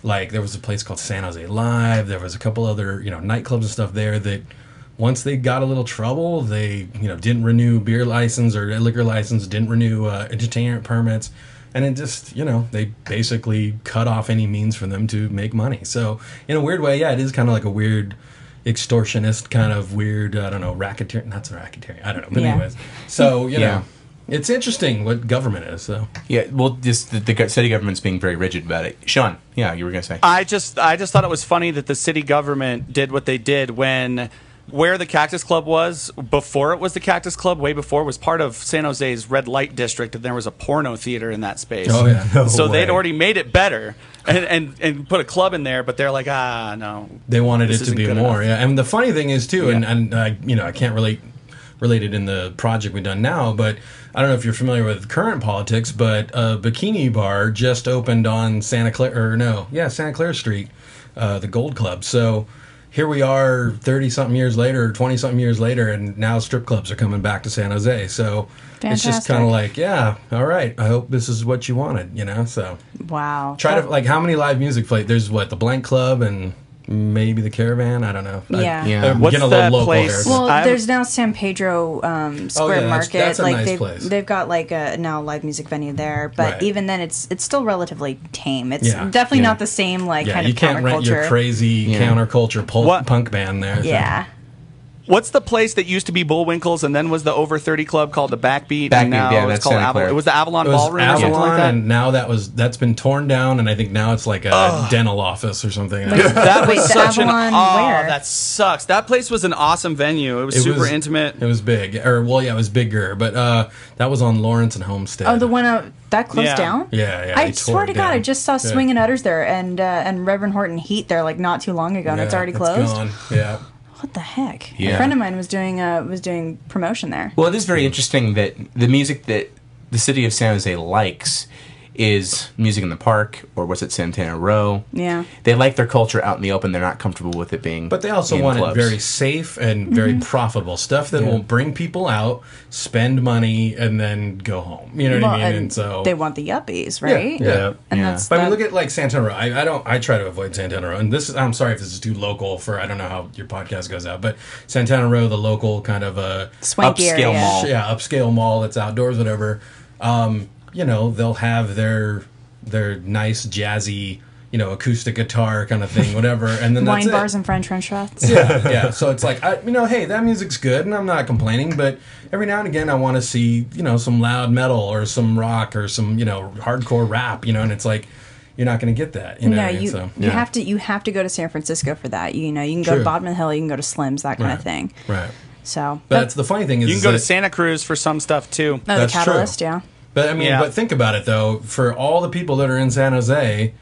Like there was a place called San Jose Live. There was a couple other you know nightclubs and stuff there that once they got a little trouble, they you know didn't renew beer license or liquor license, didn't renew uh, entertainment permits, and it just you know they basically cut off any means for them to make money. So in a weird way, yeah, it is kind of like a weird extortionist kind of weird I don't know racketeer, not so racketeering, I don't know, but Yeah. anyways. So you know, Yeah. it's interesting what government is. So Yeah, well, just the, the go- city government's being very rigid about it. Sean, yeah, you were going to say. I just I just thought it was funny that the city government did what they did when where the Cactus Club was before it was the Cactus Club, way before was part of San Jose's red light district, and there was a porno theater in that space. Oh, yeah. No so way. they'd already made it better and, and and put a club in there, but they're like, ah, no, they wanted This it to isn't be good more. enough. Yeah, and the funny thing is too, and Yeah. and I you know I can't relate relate it in the project we've done now, but I don't know if you're familiar with current politics, but a bikini bar just opened on Santa Clara or no, yeah Santa Clara Street, uh, the Gold Club. So. Here we are, thirty something years later, twenty something years later, and now strip clubs are coming back to San Jose. So it's Fantastic. just kind of like, yeah, all right. I hope this is what you wanted, you know. So wow Try to like how many live music play? There's what the Blank Club and maybe the Caravan. I don't know. Yeah. I, Yeah. I'm What's getting a that little local place? here. Well, I have- there's now San Pedro um, Square Oh, yeah, that's- Market. that's a like nice they've place. they've got like a now live music venue there, but Right. even then, it's it's still relatively tame. It's Yeah. definitely Yeah. not the same like yeah, kind you of can't rent your counterculture. crazy counterculture pul- What- punk band there. so- yeah, What's the place that used to be Bullwinkles and then was the Over 30 Club called the Backbeat? Backbeat, and now yeah, it's that's called Santa Avalon. Clara. It was the Avalon It was Ballroom or something like Avalon, that. and now that was that's been torn down, and I think now it's like a dental office or something. That Wait, was the such an Avalon oh, where? that sucks. That place was an awesome venue. It was It super was- intimate. It was big, or well, yeah, it was bigger, but uh, that was on Lawrence and Homestead. Oh, the one out, that closed Yeah. down. Yeah, yeah, I they swear tore to it God, I down. just saw Yeah. Swinging Utters there and uh, and Reverend Horton Heat there like not too long ago, and it's Yeah, already closed. gone. Yeah, What the heck? A Yeah. friend of mine was doing uh, was doing promotion there. Well, it is very interesting that the music that the city of San Jose likes is music in the park, or was it Santana Row? Yeah. They like their culture out in the open. They're not comfortable with it being. but they also in wanted clubs. very safe and very Mm-hmm. profitable stuff that will bring people out, spend money, and then go home. You know Well, what I mean? and And, so they want the yuppies, yeah, right? yeah. And Yeah. that's But I that- mean, look at like Santana Row. I, I don't. I try to avoid Santana Row, and this. is I'm sorry if this is too local for. I don't know how your podcast goes out, but Santana Row, the local kind of a swanky upscale area. mall. yeah upscale mall that's outdoors, whatever. Um, you know, they'll have their their nice jazzy, you know, acoustic guitar kind of thing, whatever, and then that's Wine it. bars and French French shots. yeah, yeah. So it's like, I, you know, hey, that music's good, and I'm not complaining. But every now and again, I want to see, you know, some loud metal or some rock or some, you know, hardcore rap. You know, and it's like, you're not going to get that. You know, what No, I mean? you so, you have to you have to go to San Francisco for that. You know, you can go to True. Bodmin Hill, you can go to Slim's, that kind of Right. thing. right. So But that's the funny thing is You can go to that- Santa Cruz for some stuff too. no, that's the true. catalyst, yeah. But I mean, Yeah. but think about it though. For all the people that are in San Jose,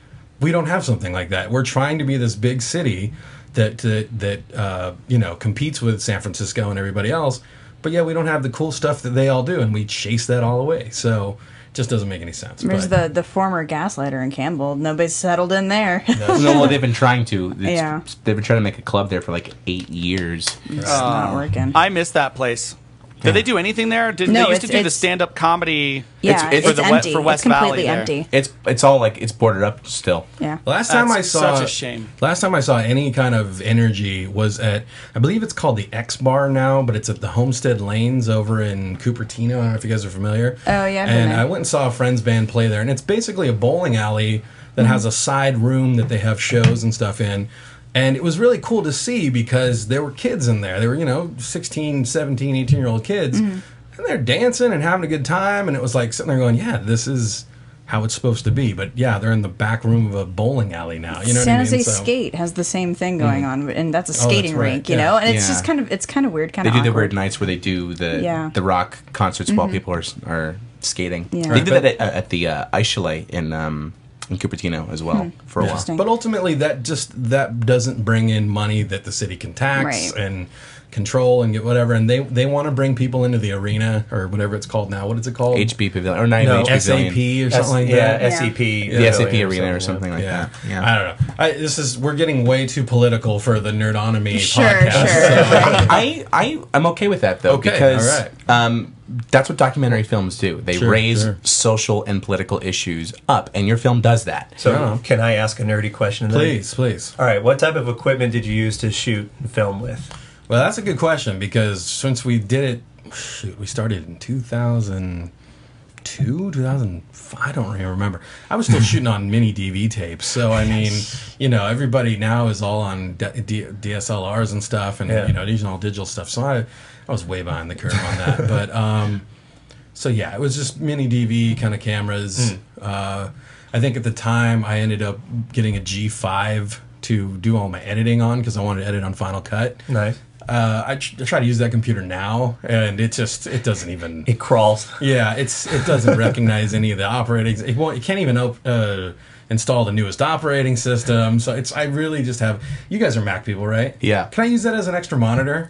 we don't have something like that. We're trying to be this big city that that, that uh, you know competes with San Francisco and everybody else. But yeah, we don't have the cool stuff that they all do, and we chase that all away. So it just doesn't make any sense. There's but- the the former gaslighter in Campbell. Nobody's settled in there. no, well, they've been trying to. It's- Yeah. They've been trying to make a club there for like eight years. it's not working. I miss that place. Did they do anything there? Did No, they used to it's- do the it's- stand-up comedy? yeah, it's- it's, for the we- empty. for West it's completely Valley there. empty. It's it's all like it's boarded up still. Yeah. That's Last time I saw such a shame. Last time I saw any kind of energy was at I believe it's called the X Bar now, but it's at the Homestead Lanes over in Cupertino. I don't know if you guys are familiar. Oh, yeah, I've been And there. I went and saw a friend's band play there, and it's basically a bowling alley that Mm-hmm. has a side room that they have shows and stuff in. And it was really cool to see because there were kids in there. They were, you know, 16, 17, 18 year old kids. Mm-hmm. And they're dancing and having a good time. And it was like sitting there going, yeah, this is how it's supposed to be. But yeah, they're in the back room of a bowling alley now. You know San what I Jose mean? So- Hmm. Oh, Skate has the same thing going on, and that's a skating right, rink, you yeah. know. And it's Yeah. just kind of it's kind of weird, kind They of do the awkward. weird nights where they do the Yeah. Mm-hmm. the rock concerts while people are s- are skating. Yeah. They did that at, at the uh, Ice Chalet in um, in Cupertino as well for a while. Hmm. Interesting. But ultimately, that just that doesn't bring in money that the city can tax Right. and control and get whatever. And they they want to bring people into the arena or whatever it's called now. What is it called? HB Pavilion or not no, even HB SAP Pavilion. or something like yeah, E that. SEP. The E SAP arena or oh, something like Yeah. that. Yeah. I don't know. I, this is we're getting way too political for the Nerdonomy Sure, podcast. sure. I, I I'm okay with that though Okay, because all right. um, that's what documentary films do. They Sure, raise sure. social and political issues up, and your film does that. So, Yeah. can I ask a nerdy question? then? Please, please. All right. What type of equipment did you use to shoot and film with? Well, that's a good question because since we did it, shoot, we started in 2002, 2005, I don't even remember. I was still shooting on mini DV tapes. So, I mean, you know, everybody now is all on D- D- DSLRs and stuff and, Yeah. you know, using all digital stuff. So I, I was way behind the curve on that. but, um, so yeah, it was just mini DV kind of cameras. Mm. Uh, I think at the time I ended up getting a G5 to do all my editing on because I wanted to edit on Final Cut. Nice. Uh, I, tr- I try to use that computer now, and it just it doesn't even. It crawls. yeah, it's it doesn't recognize any of the operating. It won't. It can't even op- uh, install the newest operating system. So it's. I really just have. You guys are Mac people, right? Yeah. Can I use that as an extra monitor?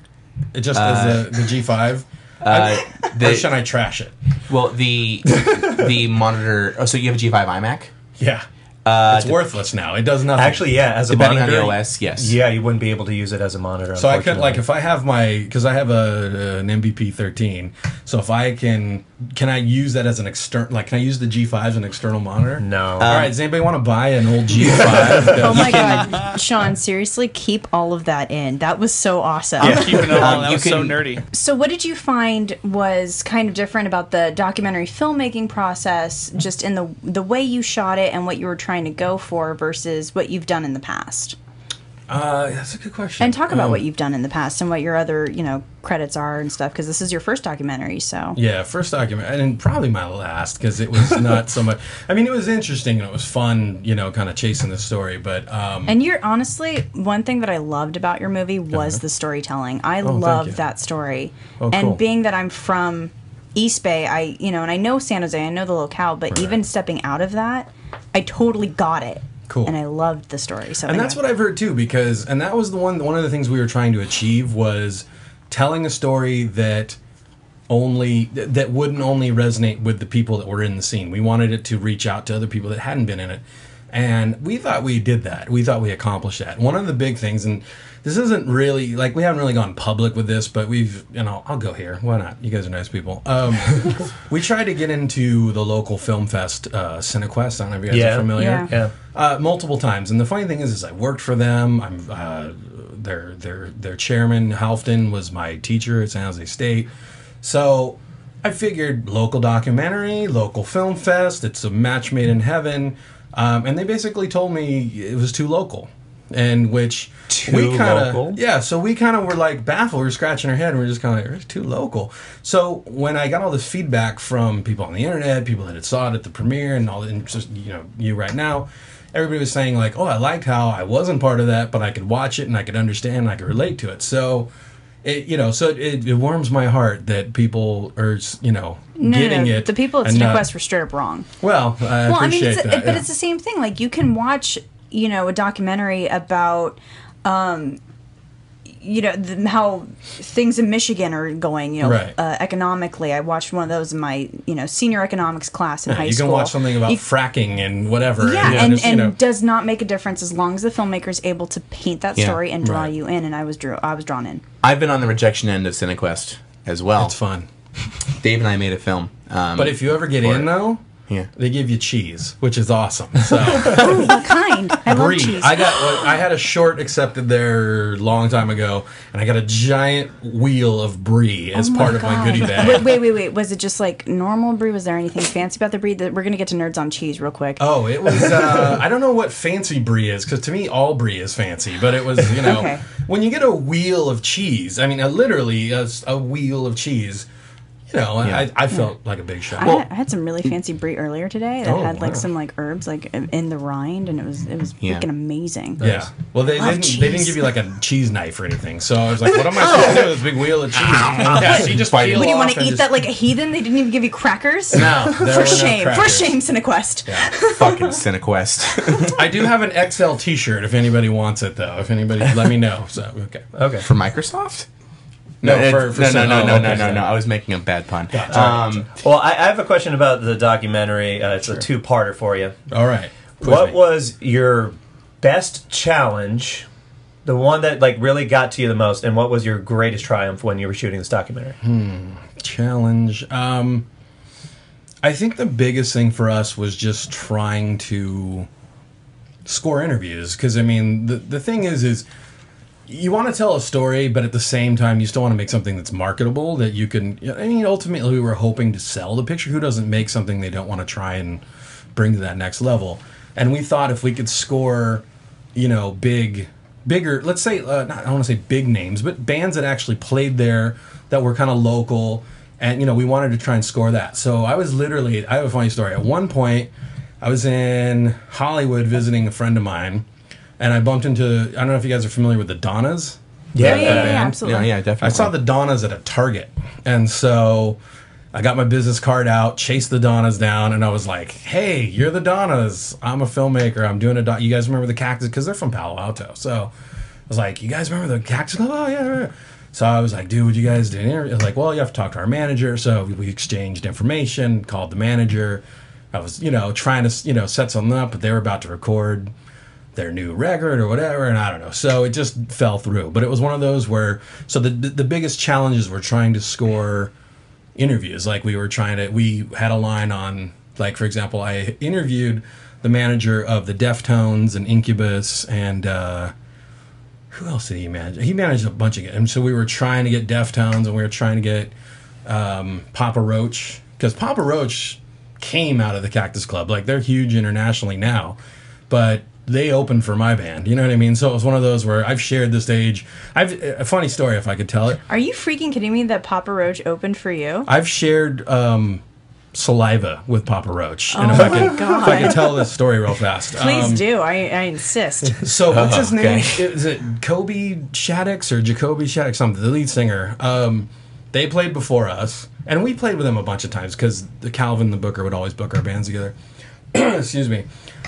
It just Uh, as a, the G5. I, the- or should I trash it? Well, the the monitor. Oh, so you have a G5 iMac? Yeah. it's worthless now. It does nothing. Uh, Actually, yeah. As a Depending on monitor, the OS, yes. Yeah, you wouldn't be able to use it as a monitor. So I could unfortunately. like if I have my because I have a an MVP thirteen. So if I can, can I use that as an external? Like, can I use the G five as an external monitor? No. All right. Does anybody want to buy an old G five? Oh my god, Sean! Seriously, keep all of that in. That was so awesome. Yeah, keeping it Um, all. That you was so can- nerdy. So, what did you find was kind of different about the documentary filmmaking process, just in the the way you shot it and what you were trying to go for versus what you've done in the past? Uh, that's a good question. And talk about Um, what you've done in the past and what your other, you know, credits are and stuff, because this is your first documentary. So Yeah, first document, and probably my last because it was not so much. I mean, it was interesting and it was fun, you know, kind of chasing the story. But um, And you're honestly one thing that I loved about your movie was the storytelling. I Uh-huh. Oh, thank you. loved that story. Oh, and cool. being that I'm from East Bay, I you know, and I know San Jose, I know the locale, but even stepping out of that, I totally got it. Cool. And I loved the story. So and that's what I've heard too, because and that was the one one of the things we were trying to achieve was telling a story that only th- that wouldn't only resonate with the people that were in the scene. We wanted it to reach out to other people that hadn't been in it. And we thought we did that. We thought we accomplished that. One of the big things and this isn't really like we haven't really gone public with this, but we've you know, I'll go here. Why not? You guys are nice people. Um, we tried to get into the local film fest uh Cinequest. I don't know if you guys Yeah. are familiar Yeah. Yeah. uh, multiple times. And the funny thing is, is I worked for them. I'm uh, their their their chairman Halfton was my teacher at San Jose State, so I figured local documentary, local film fest. It's a match made in heaven. Um, and they basically told me it was too local, and which we kind local? of yeah. So we kind of were like baffled. We were scratching our head. and We were just kind of like, it's too local. So when I got all this feedback from people on the internet, people that had saw it at the premiere, and all, and just you know, you right now, everybody was saying like, oh, I liked how I wasn't part of that, but I could watch it and I could understand, and I could relate to it. So. It, you know, so it, it warms my heart that people are, you know, No, no, getting no. it. The people at and not- Cinequest were straight up wrong. Well, I well, I mean, appreciate it's, that. but yeah. it's the same thing. Like you can watch, you know, a documentary about, um, you know, the, how things in Michigan are going. You know, Right. uh, economically. I watched one of those in my, you know, senior economics class in high you school. can watch something about You- fracking and whatever. yeah, you and, just, you and know- does not make a difference as long as the filmmaker is able to paint that Yeah. story and draw Right. you in. And I was drew, I was drawn in. I've been on the rejection end of Cinequest as well. it's fun. Dave and I made a film. Um, But if you ever get for in it. though, Yeah. they give you cheese, which is awesome. So Ooh, what kind? I love breed. cheese. I got well, I had a short accepted there long time ago, and I got a giant wheel of brie as part of my Oh God. goodie bag. Wait, wait, wait, wait. Was it just like normal brie? Was there anything fancy about the brie? That we're gonna get to nerds on cheese real quick. Oh, it was. Uh, I don't know what fancy brie is because to me all brie is fancy. But it was, you know, Okay. when you get a wheel of cheese. I mean, uh, literally a, s- a wheel of cheese. You know, I, I felt like a big shot. I, had, I had some really fancy brie earlier today that Oh, had like wow. some like herbs like in in the rind, and it was it was Yeah. freaking amazing. Yeah. Well, they Love didn't. They didn't cheese. Oh. give you like a cheese knife or anything. So I was like, "What am I supposed to do with this big wheel of cheese?" yeah, so you just peel What do you want off to and eat just- that like a heathen? They didn't even give you crackers. No, there were for no shame, for crackers. shame, Cinequest. fucking Cinequest I do have an XL T-shirt if anybody wants it, though. If anybody, let me know. So okay, okay. for Microsoft. No, it- for- for no, no, Cine- no, no, oh, no, okay, no, sorry. no. I was making a bad pun. um, Well, I, I have a question about the documentary. Uh, it's a two-parter for you. All right. Quiz what me. was your best challenge? The one that like really got to you the most, and what was your greatest triumph when you were shooting this documentary? challenge? Um, I think the biggest thing for us was just trying to score interviews because I mean the the thing is is you want to tell a story, but at the same time you still want to make something that's marketable that you can. I mean, ultimately we were hoping to sell the picture. Who doesn't make something they don't want to try and bring to that next level? And we thought if we could score, you know, big. Bigger, let's say, uh, not, I don't want to say big names, but bands that actually played there that were kind of local, and you know, we wanted to try and score that. So I was literally, I have a funny story. At one point, I was in Hollywood visiting a friend of mine, and I bumped into. I don't know if you guys are familiar with the Donnas. Yeah, yeah, yeah, band. yeah, absolutely. yeah, definitely. I saw the Donnas at a Target, and so I got my business card out, chased the Donnas down, and I was like, "Hey, you're the Donnas. I'm a filmmaker. I'm doing a doc. You guys remember the Cactus? Because they're from Palo Alto. So I was like, "You guys remember the Cactus Club? Oh yeah." yeah, yeah." So I was like, "Dude, would you guys do?" an interview?" I was like, "Well, you have to talk to our manager." So we- we exchanged information, called the manager. I was, you know, trying to, you know, set something up, but they were about to record their new record or whatever and i don't know so it just fell through but it was one of those where so the the biggest challenges were trying to score interviews like we were trying to we had a line on like for example i interviewed the manager of the deftones and incubus and uh who else did he manage he managed a bunch of and so we were trying to get deftones and we were trying to get um papa roach because papa roach came out of the cactus club like they're huge internationally now but they opened for my band. You know what I mean? So it was one of those where I've shared the stage. I've a funny story if I could tell it. Are you freaking kidding me that Papa Roach opened for you? I've shared um, saliva with Papa Roach. and Oh if I my can, God. if I can tell this story real fast. Please Um, do. I, I insist. So what's his name? okay. Is it Kobe Shaddix or Jacoby Shaddix? Something. The lead singer. Um, they played before us, and we played with them a bunch of times because the Calvin and the Booker would always book our bands together. Excuse me.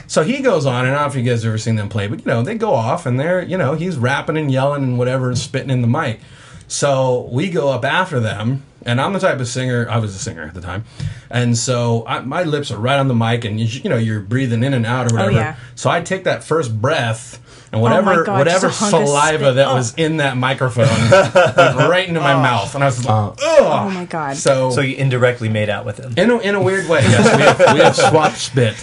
So he goes on, and I don't know if you guys have ever seen them play, but you know they go off, and they're you know he's rapping and yelling and whatever and spitting in the mic. So we go up after them, and I'm the type of singer. I was a singer at the time, and so I, my lips are right on the mic, and you, you know you're breathing in and out or whatever. Oh, yeah. Oh So I take that first breath, and whatever my God, whatever just a hunk of saliva spit. that Oh. was in that microphone went right into my mouth, and I was like, Oh my God. So, so. So you indirectly made out with him. in a, in a weird way, yes, we have, we have swap spit.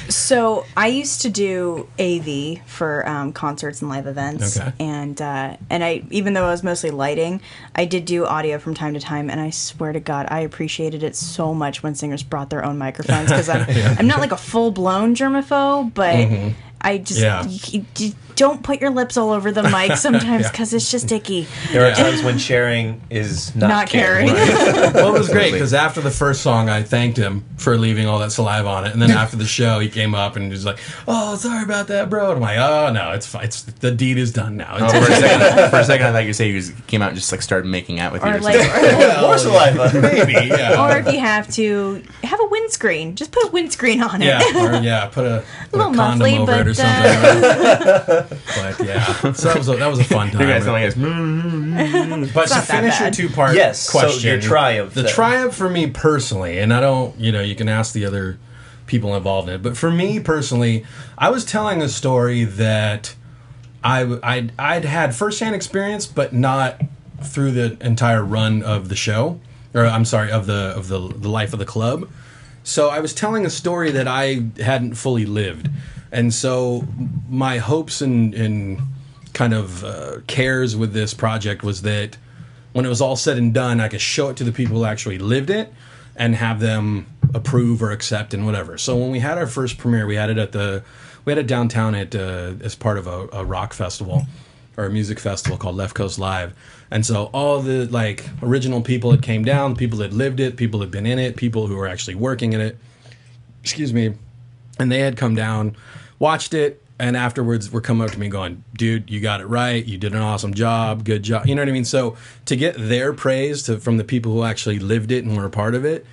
I used to do AV for um, concerts and live events, Okay. and uh, and I even though I was mostly lighting, I did do audio from time to time, and I swear to God, I appreciated it so much when singers brought their own microphones because I'm I'm not like a full blown germaphobe, but. I just Mm-hmm. Yeah. you, you don't put your lips all over the mic sometimes because it's just icky. There are times when sharing is not, Not caring. caring. Well, it was great because after the first song, I thanked him for leaving all that saliva on it, and then after the show, he came up and he was like, "Oh, sorry about that, bro." And I'm like, "Oh no, it's fine. It's the deed is done now." It's Oh, Oh, for, a second, for a second, I thought you say you just came out and just like started making out with you. Or or like, something. More saliva. maybe, yeah, or if you have to, have a windscreen. Just put a windscreen on it. yeah, or, yeah. Put a, put a little condom muffly, over it or but, uh, something. but yeah, so that was a, that was a fun time. you guys sound like this. "Mm." But to not that finish your bad. two part Yes, so question, your triumph, The then. triumph for me personally, and I don't, you know, you can ask the other people involved in it, but for me personally, I was telling a story that I w- I'd, I'd had firsthand experience, but not through the entire run of the show, or I'm sorry, of the of the the life of the club. So I was telling a story that I hadn't fully lived, and so my hopes and and kind of uh, cares with this project was that when it was all said and done, I could show it to the people who actually lived it and have them approve or accept and whatever. So when we had our first premiere, we had it at the we had it downtown at uh, as part of a, a rock festival or a music festival called Left Coast Live. And so all the like original people that came down, people that lived it, people that had been in it, people who were actually working in it. Excuse me and they had come down, watched it, and afterwards were coming up to me going, "Dude, you got it right. You did an awesome job. Good job." You know what I mean? So to get their praise to, from the people who actually lived it and were a part of it,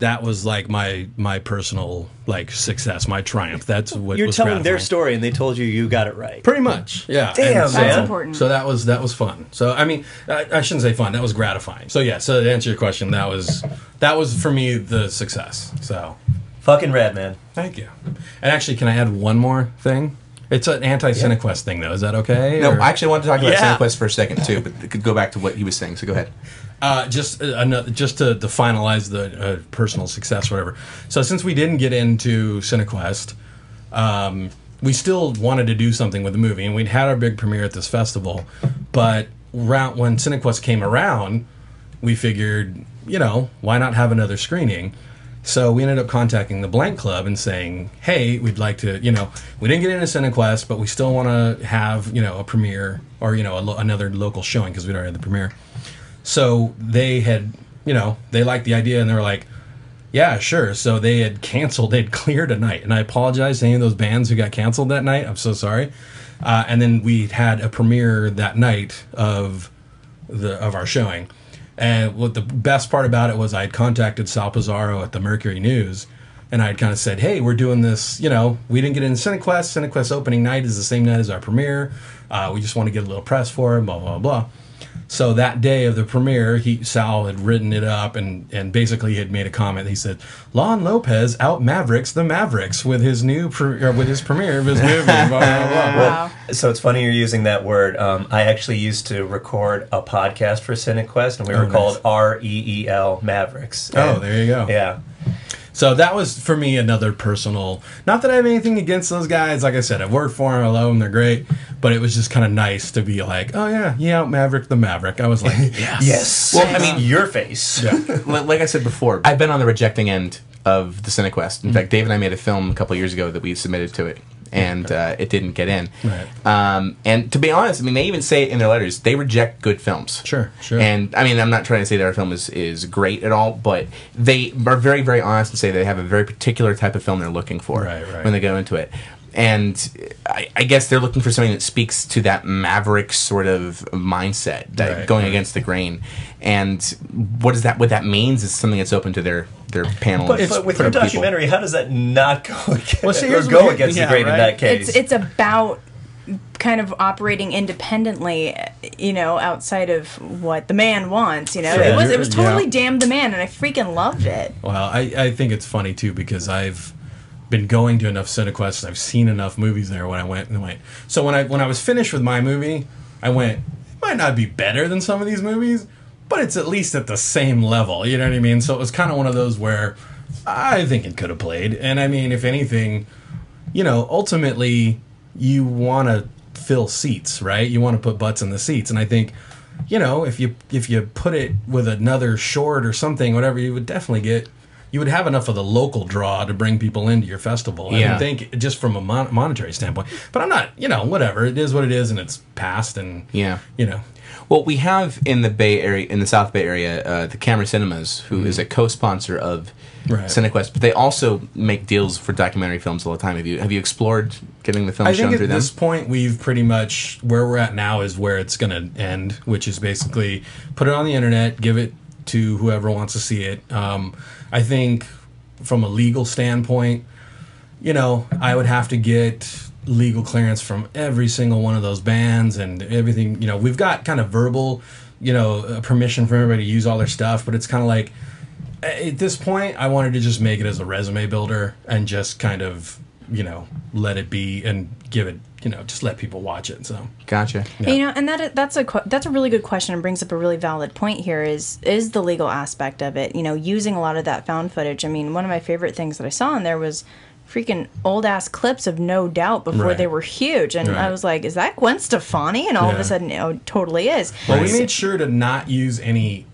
that was like my my personal like success, my triumph. That's what You're was telling their gratifying. story and they told you you got it right. Pretty much, yeah. Damn, And so, That's important. So that was that was fun. So I mean, I, I shouldn't say fun. That was gratifying. So yeah. So to answer your question, that was that was for me the success. So Fucking rad, man. Thank you. And actually, can I add one more thing? It's an anti cinequest thing, though. Is that okay? No, Or- I actually wanted to talk about Yeah. Cinequest for a second too, but it could go back to what he was saying. So go ahead. uh, just uh, another, just to, to finalize the uh, personal success, whatever. So since we didn't get into cinequest, um, we still wanted to do something with the movie, and we'd had our big premiere at this festival. But round, when cinequest came around, we figured, you know, why not have another screening? So we ended up contacting the Blank Club and saying, "Hey, we'd like to, you know, we didn't get into CineQuest, but we still want to have, you know, a premiere or you know, a lo- another local showing because we'd already had the premiere." So they had, you know, they liked the idea and they were like, "Yeah, sure." So they had canceled, they'd cleared a night, and I apologize to any of those bands who got canceled that night. I'm so sorry. Uh, and then we had a premiere that night of the of our showing. And what the best part about it was, I had contacted Sal Pizarro at the Mercury News, and I had kind of said, "Hey, we're doing this. You know, we didn't get in CineQuest. CineQuest opening night is the same night as our premiere. Uh, we just want to get a little press for it. Blah blah blah." So that day of the premiere, he Sal had written it up and and basically had made a comment. He said, "Lon Lopez out Mavericks the Mavericks with his new pre- or with his premiere of his movie." blah, blah, blah. Wow. So it's funny you're using that word. Um, I actually used to record a podcast for CineQuest, and we were Oh, nice. called R E E L Mavericks. Oh, And- there you go. Yeah. So that was for me another personal. Not that I have anything against those guys. Like I said, I've worked for them. I love them. They're great. But it was just kind of nice to be like, oh yeah, yeah, Maverick the Maverick. I was like, yes. Yes. Well, I mean, your face. Li- like I said before, Mm-hmm. I've been on the rejecting end of the CineQuest. In fact, Dave and I made a film a couple years ago that we submitted to it, and uh, it didn't get in. Right. Um, and to be honest, I mean, they even say it in their letters. They reject good films. Sure, sure. And I mean, I'm not trying to say that our film is, is great at all, but they are very, very honest and say they have a very particular type of film they're looking for Right, right. when they go into it. And I, I guess they're looking for something that speaks to that maverick sort of mindset, that Right, uh, going right. against the grain. And what is that? What that means is something that's open to their their panel. But, but with your documentary, how does that not go against, Well, see, or here's go what- against yeah, the grain right. in that case? It's it's about kind of operating independently, you know, outside of what the man wants. You know, Sure. it was it was Yeah. Oh, totally damn the man, and I freaking loved it. Well, I, I think it's funny too because I've been going to enough cinequests and I've seen enough movies there when I went and went. So when I when I was finished with my movie, I went, it might not be better than some of these movies, but it's at least at the same level. You know what I mean? So it was kind of one of those where I think it could have played. And I mean, if anything, you know, ultimately you want to fill seats, right? You want to put butts in the seats, and I think, you know, if you if you put it with another short or something, whatever, you would definitely get. You would have enough of the local draw to bring people into your festival. I Yeah. would think just from a mon- monetary standpoint, but I'm not. You know, whatever it is, what it is, and it's past, and Yeah. you know, Well, we have in the Bay Area, in the South Bay area, uh, the Camera Cinemas, who is a co-sponsor of Mm-hmm. Right. CineQuest, but they also make deals for documentary films all the time. Have you have you explored getting the film I shown think through at them? this point we've pretty much where we're at now is where it's going to end, which is basically put it on the internet, give it to whoever wants to see it. Um, I think from a legal standpoint, you know, I would have to get legal clearance from every single one of those bands and everything. You know, we've got kind of verbal, you know, uh, permission for everybody to use all their stuff, but it's kind of like at this point, I wanted to just make it as a resume builder and just kind of, you know, let it be and give it, you know, just let people watch it. So gotcha. You know, and that that's a que- that's a really good question and brings up a really valid point here is is the legal aspect of it. You know, using a lot of that found footage. I mean, one of my favorite things that I saw in there was freaking old ass clips of No Doubt before Right. they were huge, and I Right. was like, is that Gwen Stefani? And all of Yeah. a sudden, oh, it totally is. well, we made sure to not use any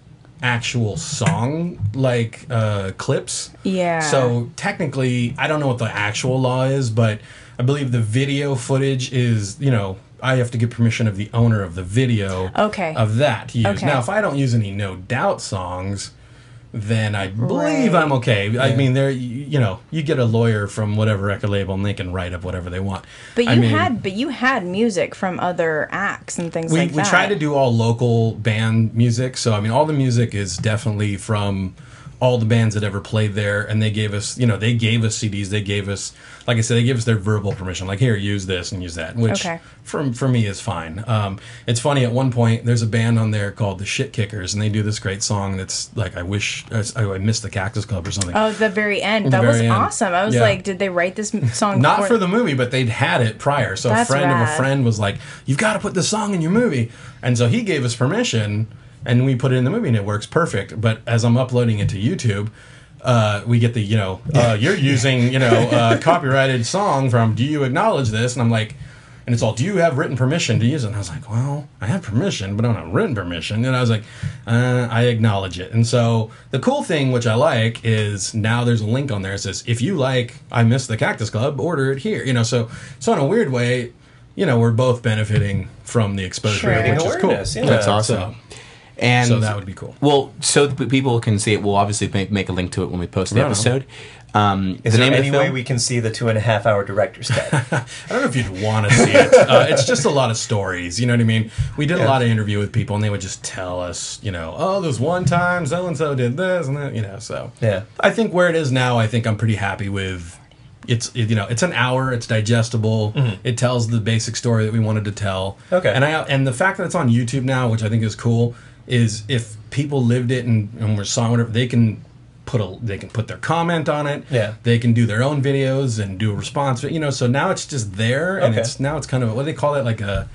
actual song like uh, clips. Yeah. So technically, I don't know what the actual law is, but I believe the video footage is, you know, I have to get permission of the owner of the video Okay. of that to use. Okay. Now, if I don't use any No Doubt songs, then I believe Right. I'm okay. I mean, there, you you know, you get a lawyer from whatever record label, and they can write up whatever they want. But you I mean, had but you had music from other acts and things we, like we that. try to do all local band music so i mean all the music is definitely from all the bands that ever played there and they gave us you know they gave us cds they gave us like i said they gave us their verbal permission like here use this and use that which Okay. from for me is fine um, it's funny at one point there's a band on there called the shit kickers and they do this great song that's like i wish i, I missed the cactus club or something Oh, the very end. That very was end. awesome. I was Yeah. like, did they write this m- song? not before- for the movie, but they'd had it prior. So That's a friend of rad. a friend was like, "You've got to put this song in your movie," and so he gave us permission, and we put it in the movie, and it works perfect. But as I'm uploading it to YouTube, uh, we get the you know uh, you're using you know uh, copyrighted song from. Do you acknowledge this? And I'm like. And it's all, do you have written permission to use it? And I was like, well, I have permission, but I don't have written permission. And I was like, uh, I acknowledge it. And so the cool thing, which I like, is now there's a link on there that says, if you like, I miss the Cactus Club, order it here. You know, so so in a weird way, you know, we're both benefiting from the exposure, Sure. which is cool. Awareness, yeah. That's awesome. So, And so that would be cool. Well, so that people can see it. We'll obviously make, make a link to it when we post the Right on. episode. Um, Is the there name any of the way film? we can see the two and a half hour director's cut? I don't know if you'd want to see it. Uh, it's just a lot of stories. You know what I mean? We did a lot of interview with people, and they would just tell us, you know, oh, there's one time so and so did this and that. You know, so Yeah. I think where it is now, I think I'm pretty happy with. It's it- you know it's an hour. It's digestible. It tells the basic story that we wanted to tell. Mm-hmm. Okay. and I and the fact that it's on YouTube now, which I think is cool, is if people lived it and and were saw whatever they can put a they can put their comment on it Yeah. they can do their own videos and do a response you know so now it's just there and Okay. it's now it's kind of what do they call it like a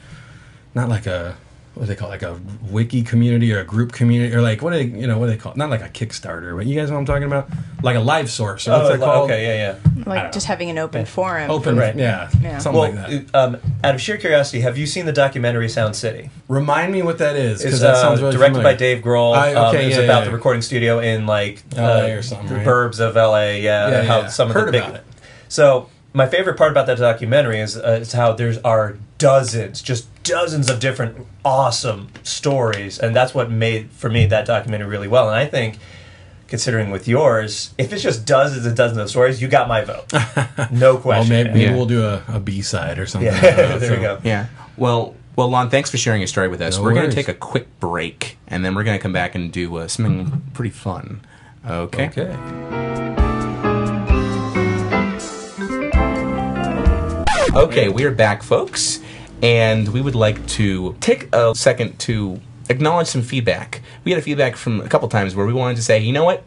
not like a what do they call it, like a wiki community or a group community or like what do they you know what do they call it? not like a kickstarter but you guys know what i'm talking about like a live source or what's oh, that called okay, yeah, yeah. I don't like just having an open forum. open Right. yeah, Yeah. something Well, like that uh, um, out of sheer curiosity, have you seen the documentary Sound City? remind me what that is It's because that uh, sounds really directed familiar. by Dave Grohl. I- um, okay, it was yeah, about yeah, the yeah. recording studio in like LA or something, the right? burbs of LA. Yeah, Yeah, how yeah. some of Heard the big. about it. So my favorite part about that documentary is, uh, is how there's are dozens, just dozens of different awesome stories, and that's what made for me that documentary really well. And I think, considering with yours, if it's just dozens and dozens of stories, you got my vote, no Well, question. Oh, maybe, maybe Yeah. we'll do a, a B side or something. like yeah, that, there we so- go. Yeah. Well, well, Lon, thanks for sharing your story with us. No we're going to worries. take a quick break, and then we're going to come back and do uh, something pretty fun. Okay. Okay. Okay, we are back, folks, and we would like to take a second to acknowledge some feedback. We had a feedback from a couple times where we wanted to say, you know what,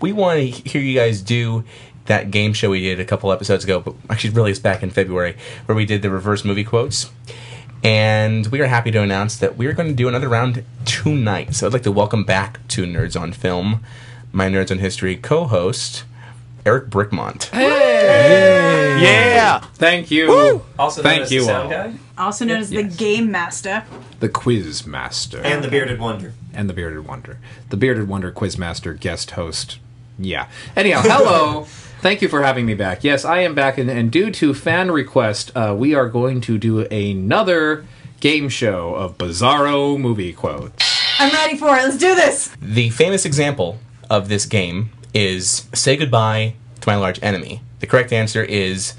we want to hear you guys do that game show we did a couple episodes ago, but actually, really, it's back in February, where we did the reverse movie quotes. And we are happy to announce that we are going to do another round tonight. So I'd like to welcome back to Nerds on Film, my Nerds on History co host, Eric Brickmont. Yeah. Thank you. Also, known Thank as the you sound all. guy Also known as the Game Master. the Quiz Master and the bearded wonder. and the Bearded Wonder. The Bearded Wonder Quiz Master guest host. Yeah. Anyhow, hello. Thank you for having me back. Yes, I am back, and, and due to fan request, uh, we are going to do another game show of Bizarro movie quotes. I'm ready for it. Let's do this. The famous example of this game is say goodbye to my large enemy. The correct answer is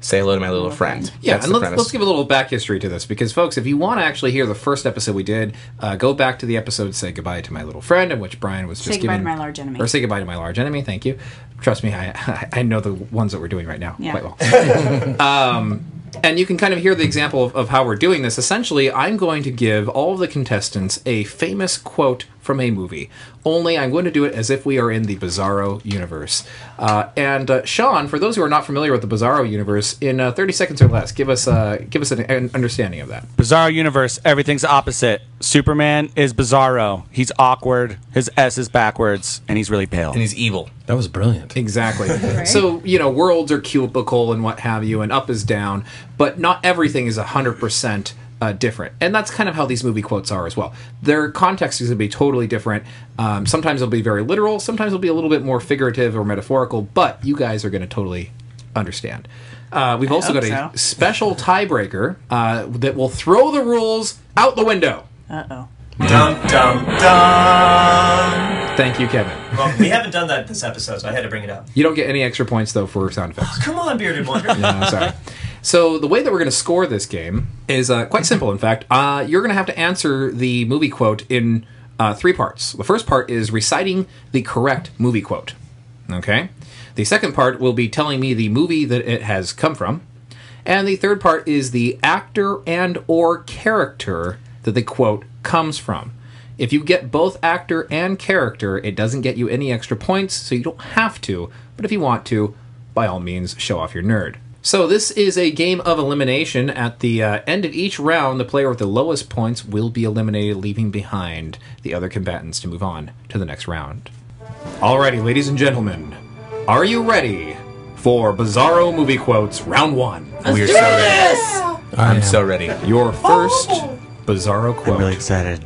say hello to my little friend. Yeah, That's and the let's, premise. let's give a little back history to this because, folks, if you want to actually hear the first episode we did, uh, go back to the episode "Say Goodbye to My Little Friend," in which Brian was just Say Goodbye giving- to My Large Enemy. or "Say Goodbye to My Large Enemy." Thank you. Trust me, I I know the ones that we're doing right now Yeah. quite well. Um, and you can kind of hear the example of, of how we're doing this. Essentially, I'm going to give all of the contestants a famous quote from a movie, only I'm going to do it as if we are in the Bizarro universe. Uh, and uh, Sean, for those who are not familiar with the Bizarro universe, in uh, 30 seconds or less, give us uh, give us an, an understanding of that. Bizarro universe. Everything's opposite. Superman is Bizarro. He's awkward. His S is backwards, and he's really pale. and he's evil. That was brilliant. Exactly. So, you know, worlds are cubicle and what have you, and up is down, but not everything is 100% uh, different. And that's kind of how these movie quotes are as well. Their context is going to be totally different. Um, sometimes it'll be very literal, sometimes it'll be a little bit more figurative or metaphorical, but you guys are going to totally understand. Uh, we've also hope got a so. special tiebreaker uh, that will throw the rules out the window. Uh oh. Dum dum dum. Thank you, Kevin. Well, Oh, we haven't done that this episode, so I had to bring it up. You don't get any extra points, though, for sound effects. Come on, bearded wonder. No, I'm sorry. So the way that we're going to score this game is uh, quite simple. In fact, uh, you're going to have to answer the movie quote in uh, three parts. The first part is reciting the correct movie quote. Okay. The second part will be telling me the movie that it has come from, and the third part is the actor and or character that the quote comes from. If you get both actor and character, it doesn't get you any extra points, so you don't have to, but if you want to, by all means, show off your nerd. So, this is a game of elimination. At the uh, end of each round, the player with the lowest points will be eliminated, leaving behind the other combatants to move on to the next round. Alrighty, ladies and gentlemen, are you ready for Bizarro Movie Quotes Round 1? We're so ready. I'm am. so ready. Your first Bizarro quote. excited.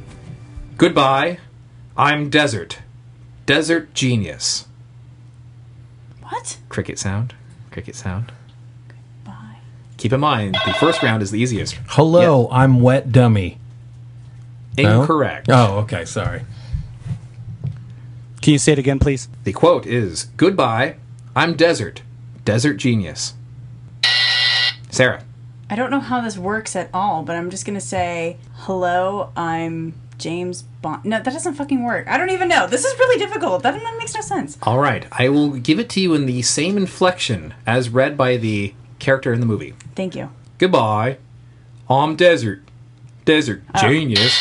Goodbye. I'm Desert. Desert Genius. What? Cricket sound. Cricket sound. Keep in mind, the first round is the easiest. Hello, I'm wet dummy. No? Incorrect. Oh, okay. Sorry. Can you say it again, please? The quote is Goodbye. I'm Desert. Desert Genius. Sarah. I don't know how this works at all, but I'm just gonna say hello. I'm James Bond. No, that doesn't fucking work. I don't even know. This is really difficult. That, that makes no sense. All right. I will give it to you in the same inflection as read by the character in the movie. Thank you. Goodbye. I'm Desert. Desert Genius.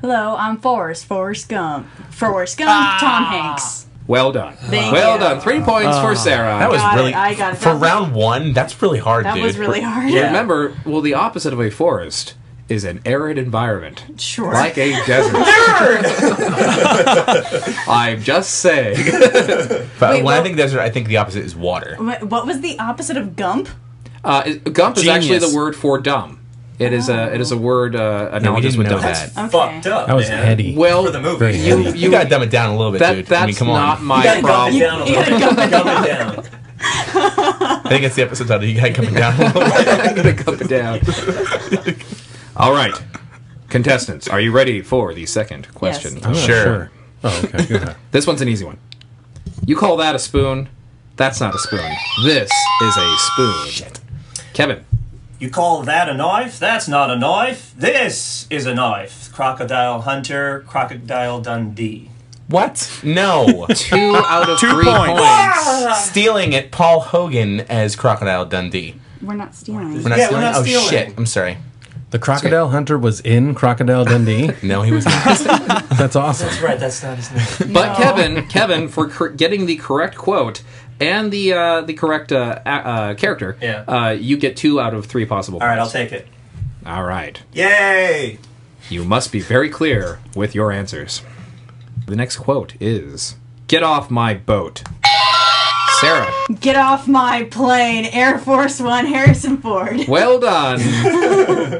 Hello, I'm Forrest. Forrest Gump. Forrest Gump. Tom Ah. Hanks. Well done. Thank well you. done. Three points for Sarah. Ah. That was Got it, really I got it. for That was- round one. That's really hard, That dude. was really hard. Remember, well, the opposite of a forest is an arid environment, Sure. like a desert. I'm just saying. But Wait, when I well- think desert, I think the opposite is water. What, what was the opposite of Gump? Uh, is- Gump is actually Genius. the word for dumb. It is a it is a word uh, analogous didn't with know dumb. that. Okay. Fucked up. That was man. heady. Well, for the movie. Very you, heady. you, You gotta dumb it down a little bit, that, dude. That's I mean, come not on. my You gotta gum problem. it down a You little gotta bit. Gum it down. I think it's the episode title. You got coming down a little bit. I'm gonna cup it down. All right, contestants, are you ready for the second question? I'm not Sure. Oh, okay. Go ahead. This one's an easy one. You call that a spoon? That's not a spoon. This is a spoon. Shit. Kevin, You call that a knife? That's not a knife. This is a knife. Crocodile Hunter, Crocodile Dundee. What? No. two out of Two three points. Ah. Stealing it, Paul Hogan as Crocodile Dundee. We're not stealing. We're not Yeah, we're stealing. not oh stealing. shit! I'm sorry. The crocodile hunter was in Crocodile Dundee. No, he was not. That's awesome. Right, that's not his name. But Kevin, Kevin, for cor- getting the correct quote and the uh, the correct uh, a- uh, character, Yeah. uh, you get two out of three possible. All right, I'll points. take it. All right. Yay! You must be very clear with your answers. The next quote is Get off my boat. Sarah, Get off my plane, Air Force One, Harrison Ford. well done.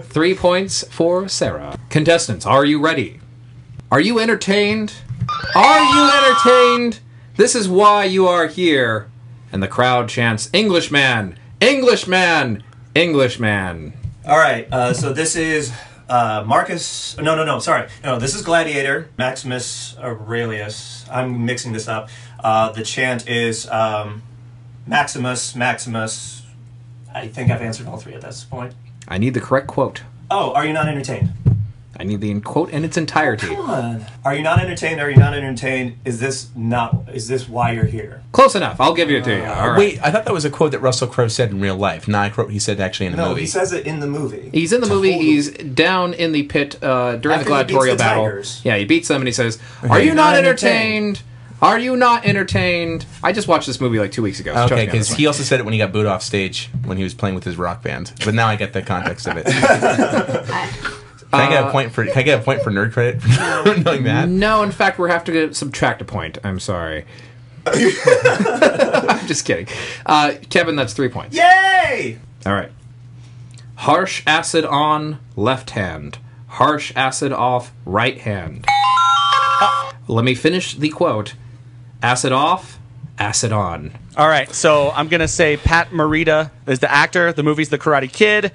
Three points for Sarah. Contestants, are you ready? Are you entertained? Are you entertained? This is why you are here. And the crowd chants Englishman, Englishman, Englishman. All right, uh, so this is uh, Marcus. No, no, no, sorry. No, this is Gladiator, Maximus Aurelius. I'm mixing this up. Uh, the chant is um, Maximus, Maximus. I think I've answered all three at this point. I need the correct quote. Oh, are you not entertained? I need the quote in its entirety. Are you not entertained? Are you not entertained? Is this not? Is this why you're here? Close enough. I'll give it to you. All right. Wait, I thought that was a quote that Russell Crowe said in real life. Not a quote he said actually in a No, movie. he says it in the movie. He's in the movie. He's down in the pit uh, during After he the beats gladiatorial the battle. tigers. Yeah, he beats them and he says, "Are you not entertained? Are you not entertained?" I just watched this movie like two weeks ago. so okay, trust me on because this he also said it when he got booed off stage when he was playing with his rock band. But now I get the context of it. Can I get a point for? Can I get a point for nerd credit for knowing that? one. No, in fact, we have to get- subtract a point. I'm sorry. I'm just kidding, uh, Kevin. That's three points. Yay! All right. Harsh acid on left hand. Harsh acid off right hand. Let me finish the quote. Acid off, acid on. All right, so I'm gonna say Pat Morita is the actor. The movie's The Karate Kid,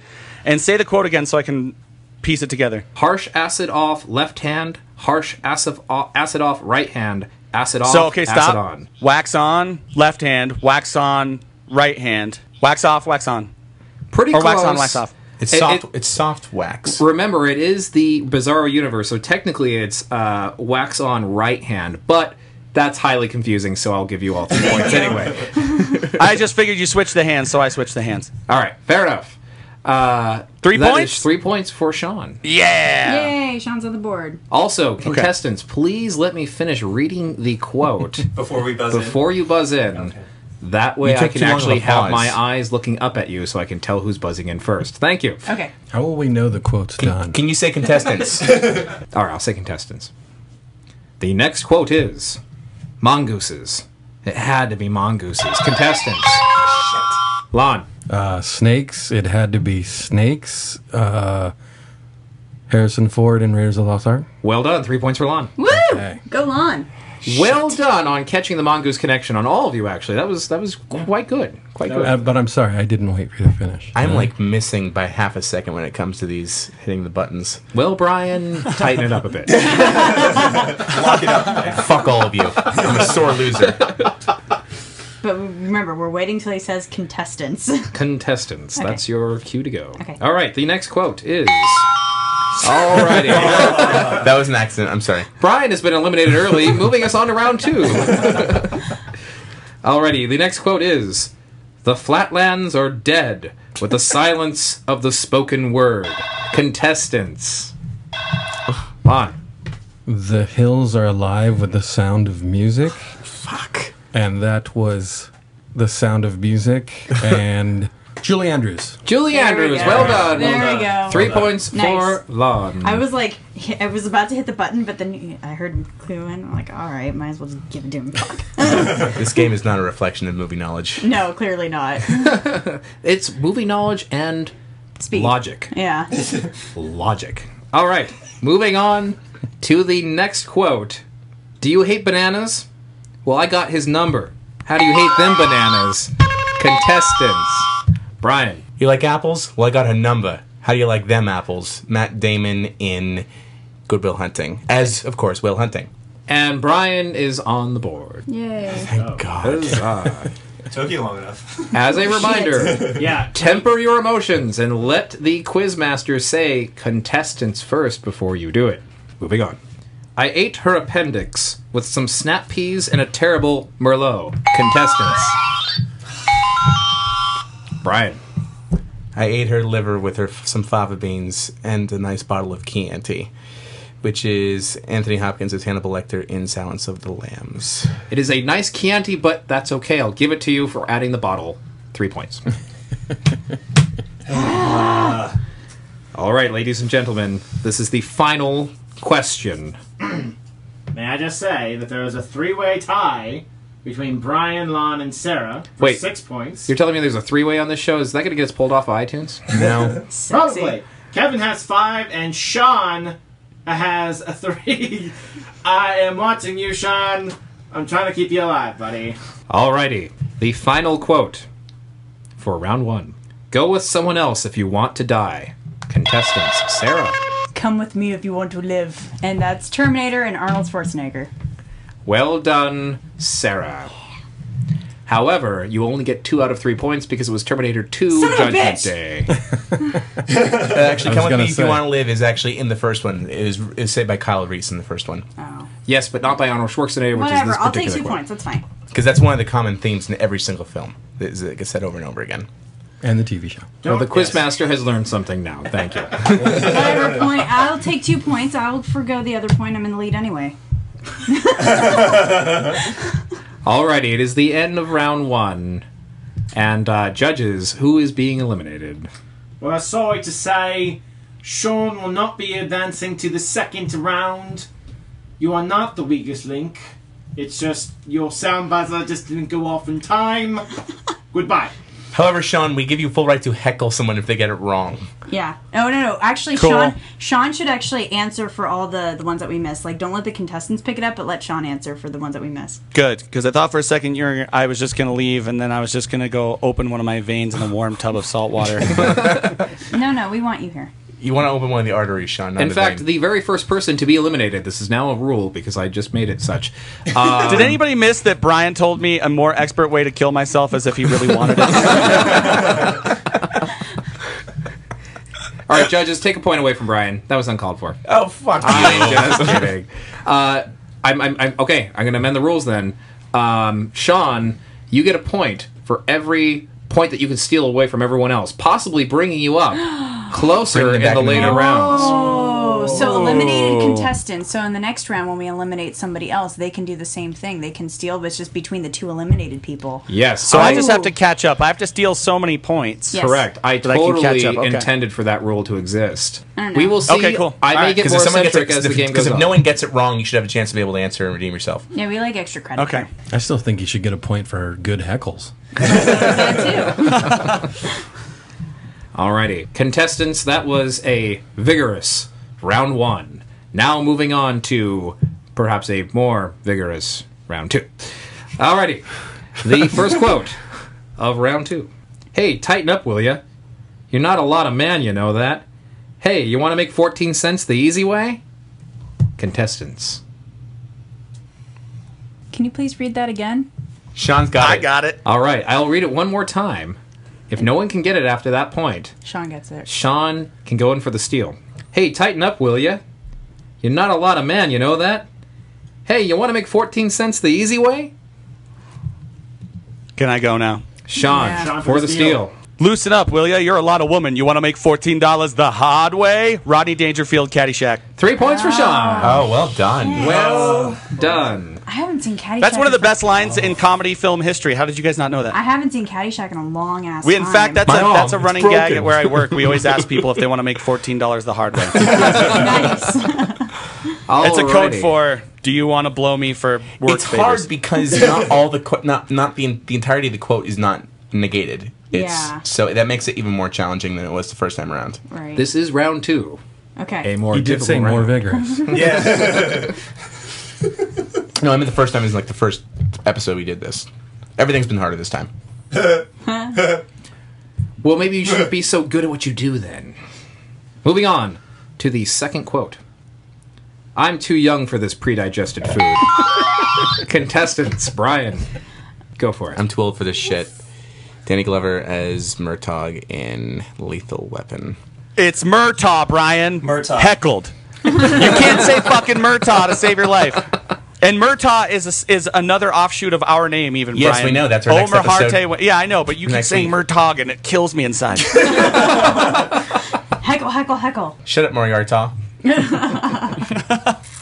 and say the quote again so I can piece it together. Harsh acid off left hand, harsh acid off, acid off right hand, acid off, So okay, acid stop. on. Wax on left hand, wax on right hand, wax off, wax on, Pretty or close. Oh, wax on, wax off. It's It- soft. it- it's soft wax. Remember, it is the Bizarro universe, so technically it's uh, wax on right hand, but that's highly confusing, so I'll give you all three points anyway. I just figured you switched the hands, so I switched the hands. All right, fair enough. Uh, Three that points? is three points for Sean. Yeah. Yay, Sean's on the board. Also, contestants, please let me finish reading the quote Before we buzz in. before you buzz in. That way, You I took can too long of a actually have pause. my eyes looking up at you, so I can tell who's buzzing in first. Thank you. Okay. How will we know the quote's done? Can you say contestants? All right, I'll say contestants. The next quote is mongooses. It had to be mongooses. Contestants. Lon. uh, snakes. It had to be snakes. Uh, Harrison Ford in Raiders of the Lost Ark. Well done. Three points for Lon. Woo! Go on. Well done on catching the mongoose connection on all of you. Actually, that was that was quite good. Quite good. Uh, but I'm sorry, I didn't wait for you to finish. I'm like missing by half a second when it comes to these hitting the buttons. Well, Brian, tighten it up a bit. Fuck all of you. I'm a sore loser. But remember, we're waiting till he says contestants. Contestants, that's your cue to go. Okay. All right, the next quote is. Alrighty. That was an accident. I'm sorry. Brian has been eliminated early, moving us on to round two. Alrighty, the next quote is The flatlands are dead with the silence of the spoken word. Contestants. Lon. the hills are alive with the sound of music, Fuck. and that was the sound of music and Julie Andrews. Julie There we Andrews, go. well done. There Well we done. go. Three points Nice. for Lon. I was like, I was about to hit the button, but then I heard clue in. I'm like, all right, might as well just give it to him. Fuck. This game is not a reflection of movie knowledge. no, clearly not. It's movie knowledge and Speed. logic. Yeah. logic. All right, moving on to the next quote. Do you hate bananas? Well, I got his number. How do you hate them bananas? Contestants. Brian. You like apples? Well, I got her number. How do you like them apples? Matt Damon in Goodwill Hunting, as of course Will Hunting. And Brian is on the board. Yay. Thank God. Huzzah. Took you long enough. As a reminder, Yeah. temper your emotions and let the quizmaster say contestants first before you do it. Moving on. I ate her appendix with some snap peas and a terrible merlot. Contestants. Brian. I ate her liver with her some fava beans and a nice bottle of Chianti, which is Anthony Hopkins as Hannibal Lecter in Silence of the Lambs. It is a nice Chianti, but that's okay. I'll give it to you for adding the bottle. Three points. All right, ladies and gentlemen, this is the final question. May I just say that there is a three-way tie between Brian, Lon, and Sarah for Wait. six points. You're telling me there's a three-way on this show? Is that going to get us pulled off of iTunes? No, Probably. Sexy. Kevin has five, and Sean has a three. I am watching you, Sean. I'm trying to keep you alive, buddy. Alrighty, the final quote for round one. Go with someone else if you want to die. Contestants, Sarah. Come with me if you want to live. And that's Terminator and Arnold Schwarzenegger. Well done, Sarah. However, you only get two out of three points because it was Terminator 2 Son of a Judgment bitch! Day. Uh, actually, was come with gonna me if you say. want to live is actually in the first one. It was, it was said by Kyle Reese in the first one Oh. Yes, but not by Arnold Schwarzenegger, which is Whatever. this I'll take particular two quote. points. That's fine. because that's one of the common themes in every single film. It's- It gets said over and over again. and the TV show. Well, the quizmaster has learned something now. Thank you. Whatever point. I'll take two points. I'll forgo the other point. I'm in the lead anyway. Alrighty, it is the end of round one. And uh, judges, who is being eliminated? Well, sorry to say, Sean will not be advancing to the second round. You are not the weakest link. It's just your sound buzzer just didn't go off in time. Goodbye. However, Sean, we give you full right to heckle someone if they get it wrong. Yeah. Oh no no. Actually, Cool. Sean Sean should actually answer for all the the ones that we missed. Like, don't let the contestants pick it up, but let Sean answer for the ones that we missed. Good, because I thought for a second you were, I was just going to leave, and then I was just going to go open one of my veins in a warm tub of salt water. No no. We want you here. You want to open one of the arteries, Sean. Not In the fact, vein. the very first person to be eliminated, this is now a rule because I just made it such. Uh, Um, Did anybody miss that Brian told me a more expert way to kill myself as if he really wanted it? all right, judges, take a point away from Brian. That was uncalled for. oh fuck! I'm just kidding. Uh, I'm, I'm, I'm okay. I'm going to amend the rules then. Um, Sean, you get a point for every point that you can steal away from everyone else, possibly bringing you up closer Bringing in it back the in the later game. rounds. Oh, so eliminated contestants. So in the next round, when we eliminate somebody else, they can do the same thing. They can steal, but it's just between the two eliminated people. Yes. Oh, so I just have to catch up. I have to steal so many points. Yes. Correct. I I can totally catch up, okay. intended for that rule to exist. don't know. We will see. Okay, cool. I may All right, get Because more if someone gets eccentric it, as the game because goes if on. no one gets it wrong, you should have a chance to be able to answer and redeem yourself. Yeah, we like extra credit. Okay. I still think you should get a point for good heckles. That too. Alrighty, contestants, that was a vigorous round one. Now moving on to perhaps a more vigorous round two. Alrighty, the first quote of round two. Hey, tighten up, will ya? You're not a lot of man, you know that. Hey, you want to make 14 cents the easy way? Contestants. Can you please read that again? Sean's got it. it. All right, I'll read it one more time. If no one can get it after that point, Sean gets it. Sean can go in for the steal. Hey, tighten up, will ya? You're not a lot of man, you know that? Hey, you want to make 14 cents the easy way? Can I go now? Sean, Yeah. Sean for the steal. Loosen up, will ya? You're a lot of woman. You want to make fourteen dollars the hard way? Rodney Dangerfield, Caddyshack. Three points for Sean. Oh, well done. Well done. I haven't seen Caddyshack. That's one of the in- best lines in comedy film history. How did you guys not know that? I haven't seen Caddyshack in a long ass. We, in time. fact, that's a, My arm, that's a it's running gag broken. at where I work. We always ask people if they want to make fourteen dollars the hard way. It's nice. a code Alrighty. for Do you want to blow me for work It's favors? hard because not all the qu- not not the the entirety of the quote is not negated. It's Yeah. so that makes it even more challenging than it was the first time around. right. This is round two. okay. A more He did difficult say round. more vigorous. yeah. No, I mean the first time is like the first episode we did this. Everything's been harder this time. Well, maybe you shouldn't be so good at what you do then. Moving on to the second quote I'm too young for this pre digested food. Contestants, Brian, go for it. I'm too old for this shit. Danny Glover as Murtaugh in Lethal Weapon. It's Murtaugh, Brian. Murtaugh. Heckled. you can't say fucking Murtaugh to save your life. And Murtaugh is a, is another offshoot of our name, even. Yes, Brian. we know. That's our next Omer episode. Harte. wa- Yeah, I know, but you keep Next saying week. Murtaugh, and it kills me inside. Heckle, heckle, heckle. Shut up, Moriarta.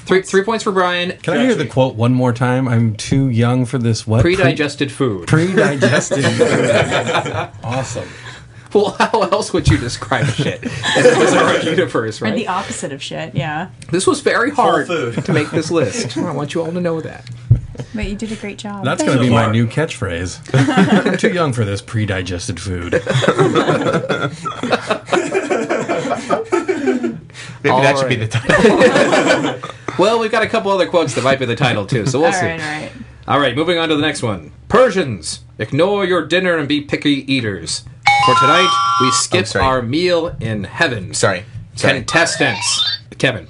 Three, three points for Brian. Can I hear the quote one more time? I'm too young for this. What Pre digested food. Pre digested. awesome. well, how else would you describe shit? in the bizarre universe, Or right? the opposite of shit, yeah. This was very hard food. to make this list. I want you all to know that. But you did a great job. That's going to be my new catchphrase. I'm too young for this pre digested food. Maybe All that should be right. the title. Well, we've got a couple other quotes that might be the title too, so we'll all see. right, all right. All right, moving on to the next one. Persians, ignore your dinner and be picky eaters. For tonight, we I'm skip sorry. our meal in heaven. Sorry. Sorry. Contestants. Kevin.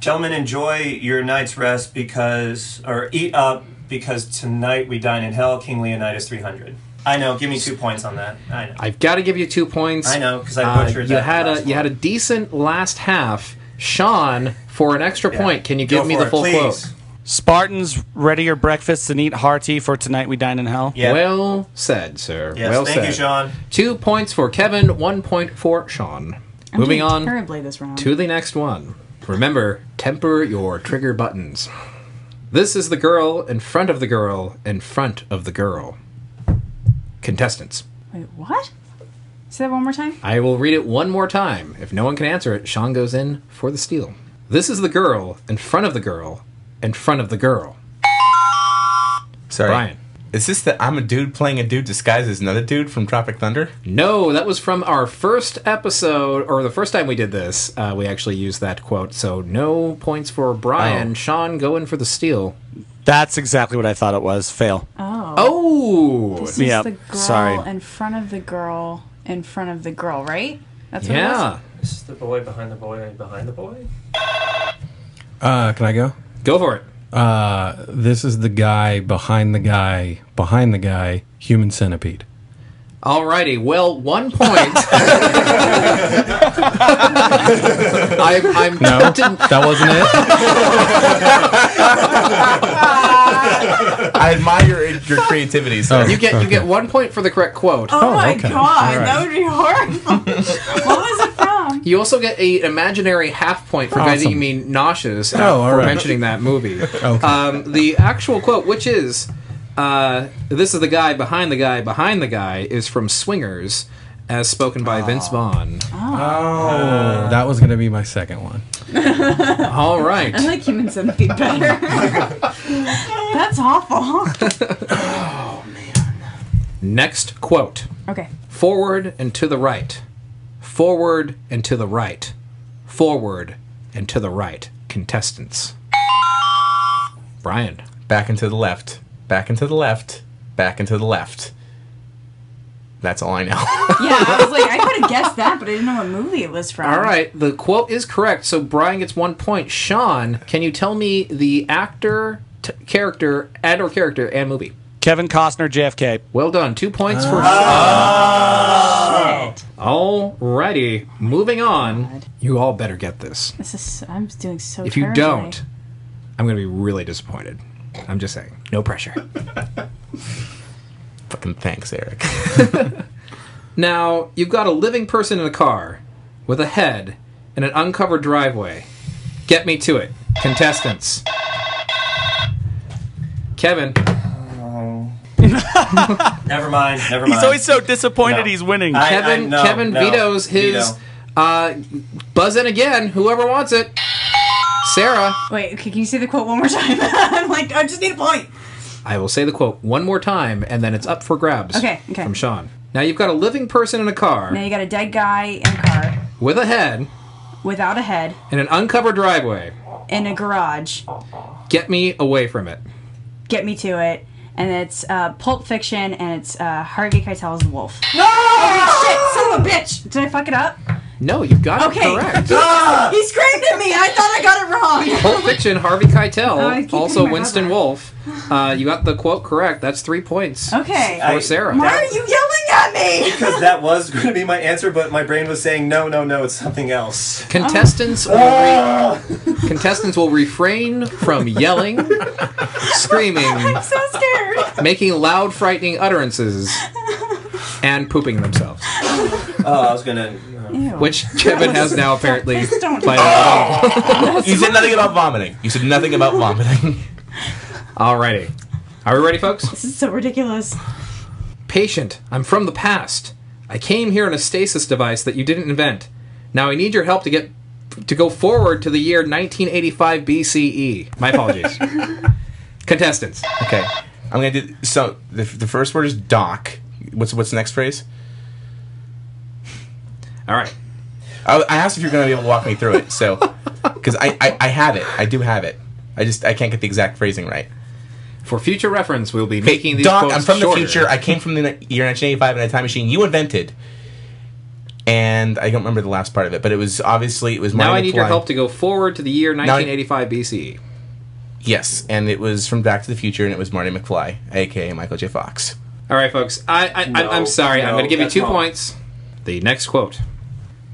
Gentlemen, enjoy your night's rest because, or eat up because tonight we dine in hell. King Leonidas 300. I know. Give me two points on that. I know. I've got to give you two points. I know, 'cause I butchered Uh, you that Had a, last you one. had a decent last half. Sean, for an extra point, can you Go give me for the it, full please. quote? Spartans, ready your breakfasts and eat hearty for tonight. We dine in hell. Yeah. Well said, sir. yes. well thank said. you, Sean. Two points for Kevin, one point for Sean. I'm Moving doing on terribly this round. to the next one. Remember, temper your trigger buttons. This is the girl in front of the girl in front of the girl. Contestants. Wait, what? Say that one more time. I will read it one more time. If no one can answer it, Sean goes in for the steal. This is the girl in front of the girl in front of the girl. Sorry. Brian. Is this the I'm a dude playing a dude disguised as another dude from Tropic Thunder? No, that was from our first episode, or the first time we did this. Uh, we actually used that quote, so no points for Brian. Oh. Sean, go in for the steal. That's exactly what I thought it was. Fail. Oh. Oh, This is Yeah, the girl sorry. in front of the girl in front of the girl, right? That's what it was? yeah. This is the boy behind the boy behind the boy. Uh, can I go? Go for it. Uh, this is the guy behind the guy behind the guy, human centipede. Alrighty, well, one point. I'm, I'm No, that wasn't it. I admire it- your creativity. So You get you get one point for the correct quote. Oh, my okay. god, that would be horrible. what was it from? You also get a imaginary half point for guys that you Awesome. mean nauseous uh, Oh, all for right. mentioning that movie. Um, the actual quote, which is, uh, "This is the guy behind the guy behind the guy," is from Swingers, as spoken by Vince Vaughn. Oh, that was gonna be my second one. All right, I like human centipede better. That's awful. next quote: Okay. "Forward and to the right, forward and to the right, forward and to the right." Contestants, Brian. back into the left, back into the left, back into the left. That's all I know. Yeah, I was like, I could have guessed that, but I didn't know what movie it was from. All right, the quote is correct. So Brian gets one point. Sean, can you tell me the actor, t- character, and or character and movie? Kevin Costner, JFK. Well done. Two points for. Oh. All righty, moving on. You all better get this. This is I'm doing so. If you terribly. don't, I'm going to be really disappointed. I'm just saying. No pressure. Fucking thanks, Eric. Now, you've got a living person in a car with a head in an uncovered driveway. Get me to it. Contestants. Kevin. Never mind. Never mind. He's always so disappointed No. he's winning. I- Kevin no, Kevin no, vetoes his veto. uh, buzz in again. Whoever wants it, Sarah. Wait, okay, can you say the quote one more time? I'm like, I just need a point. I will say the quote one more time, and then it's up for grabs. Okay, okay. From Sean. Now you've got a living person in a Now car you got a dead guy in a car with a head without a head in an uncovered driveway. in a garage. Get me away from it. Get me to it. and it's uh, Pulp Fiction, and it's uh, Harvey Keitel's Wolf. No! Oh, shit, son of a bitch! Did I fuck it up? No, you got it Okay. correct. He screamed at me. I thought I got it wrong. Pulp Fiction, Harvey Oh, I Keitel, keep also hitting my Winston other. Wolfe. Uh, you got the quote correct. That's three points Okay. for Sarah. Why are you yelling at me? Because that was going to be my answer, but my brain was saying, no, no, no, it's something else. Contestants will re- contestants will refrain from yelling, screaming, I'm so scared. making loud, frightening utterances, and pooping themselves, Oh, I was going to. Ew. which Kevin has now apparently Please don't. played out. You said nothing about vomiting. You said nothing about vomiting. Alrighty, are we ready, folks? This is so ridiculous. Patient, I'm from the past. I came here in a stasis device that you didn't invent. Now I need your help to get to go forward to the year 1985 BCE. E. My apologies. Contestants. Okay, I'm gonna do. So the, the first word is doc. What's what's the next phrase? All right. I, Oh, I asked if you're gonna be able to walk me through it. So, because I, I I have it. I do have it. I just I can't get the exact phrasing right. For future reference, we'll be making these Doc, quotes I'm from shorter. the future. I came from the ni- year 1985 in a time machine you invented. And I don't remember the last part of it, but it was obviously it was Now Marty I need your McFly. help to go forward to the year I- 1985 BCE. Yes, and it was from Back to the Future, and it was Marty McFly, aka Michael J. Fox. All right, folks. I, I, No, I I'm sorry. I'm no, going to give you that's two wrong. points. The next quote: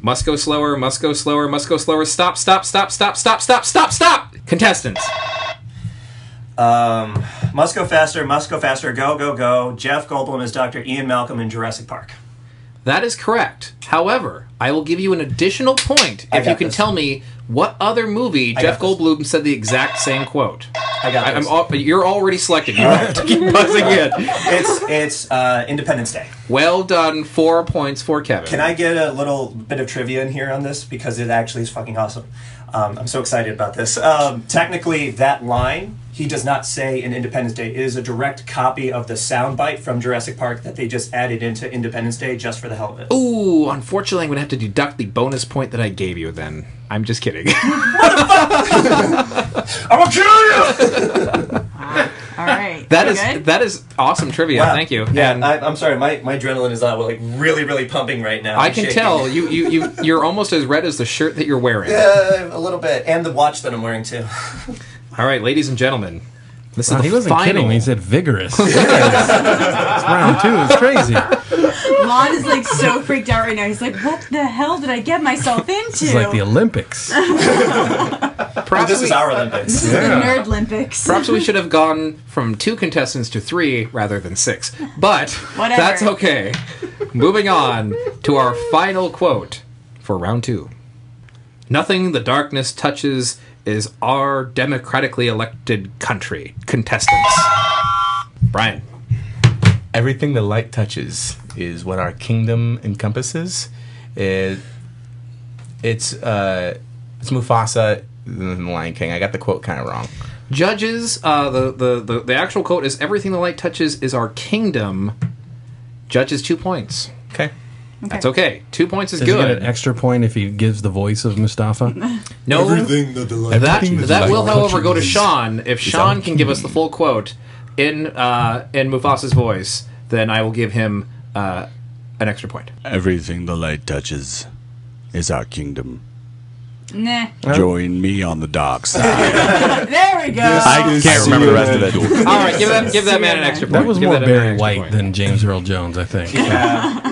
"Must go slower. Must go slower. Must go slower. Stop. Stop. Stop. Stop. Stop. Stop. Stop. Stop." Contestants. Um, must go faster, must go faster, go, go, go. Jeff Goldblum is Dr. Ian Malcolm in Jurassic Park. That is correct. However, I will give you an additional point I if you got can this. tell me what other movie Jeff got this. Goldblum said the exact same quote. I got I, I'm this. al- you're already selected. You have to keep buzzing in. it's it's uh, Independence Day. Well done. Four points for Kevin. Can I get a little bit of trivia in here on this because it actually is fucking awesome. Um, I'm so excited about this. Um, technically, that line he does not say in Independence Day It is a direct copy of the soundbite from Jurassic Park that they just added into Independence Day just for the hell of it. Ooh, unfortunately, I'm going to have to deduct the bonus point that I gave you then. I'm just kidding. I'm gonna kill you! All right. that You is good? that is awesome trivia. Thank you. Yeah, and I, I, I'm sorry. My, my adrenaline is not like really really pumping right now. I'm can shaking. tell you you you you're almost as red as the shirt that you're wearing. Uh, a little bit, and the watch that I'm wearing too. All right, ladies and gentlemen. This is Wow, the he wasn't final. kidding. when He said vigorous. Vigorous. round two is crazy. Lon is like so freaked out right now. He's like, "What the hell did I get myself into?" It's like the Olympics. Perhaps This we- is our Olympics. This is the Nerd Olympics. Perhaps we should have gone from two contestants to three rather than six, but Whatever. that's okay. Moving on to our final quote for round two Nothing the darkness touches is our democratically elected country. Contestants. Brian. Everything the light touches is what our kingdom encompasses. It, it's uh, it's Mufasa and the Lion King. I got the quote kind of wrong. Judges, uh, the, the, the, the actual quote is Everything the light touches is our kingdom. Judges, two points. Okay, That's okay. Two points is Does he get good. an extra point if he gives the voice of Mustafa? No, that, Everything that that the will, light however, go to touches Sean. If Sean can give us the full quote in uh, in Mufasa's voice, then I will give him uh, an extra point. Everything the light touches is our kingdom. nah. Join me on the dark side. There we go. I can't remember the rest of it. All right, give that give that man an extra point. That was Give more man an Barry extra White point. than James Earl Jones, I think.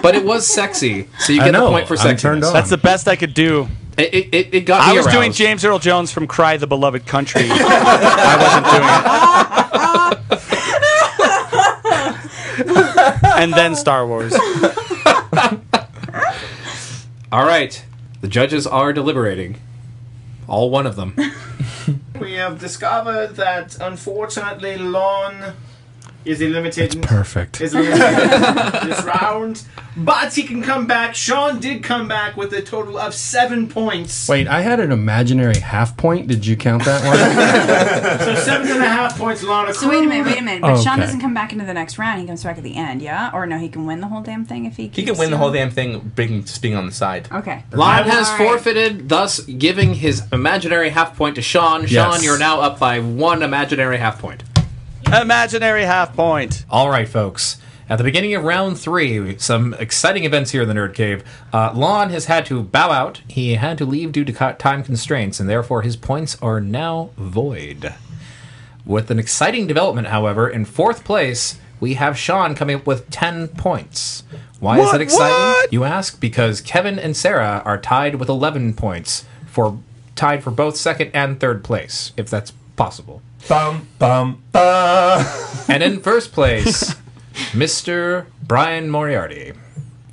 but it was sexy, so you I get the know, point for I'm turned sexiness. on. That's the best I could do. It, it- it, it got I me was doing aroused. James Earl Jones from Cry the Beloved Country. I wasn't doing it. and then Star Wars. All right, the judges are deliberating. All one of them. We have discovered that unfortunately Lon is eliminated. Perfect. Is eliminated this round, but he can come back. Sean did come back with a total of seven points. Wait, I had an imaginary half point. Did you count that one? So seven and a half points, Lon. So wait a minute, wait a minute. But Sean Okay. doesn't come back into the next round. He comes back at the end, yeah? Or no, he can win the whole damn thing if he. He could win the whole damn thing, being, just being on the side. Okay. Lon has All right. forfeited, thus giving his imaginary half point to Sean. Sean, Yes. you're now up by one imaginary half point. Imaginary half point. All right, folks. At the beginning of round three, some exciting events here in the Nerd Cave. Uh, Lon has had to bow out. He had to leave due to co- time constraints, and therefore his points are now void. With an exciting development, however, in fourth place, we have Sean coming up with 10 points. Why is What? that exciting? You ask? Because Kevin and Sarah are tied with 11 points for tied for both second and third place, if that's possible. Bum, bum, bum. and in first place, Mr. Brian Moriarty.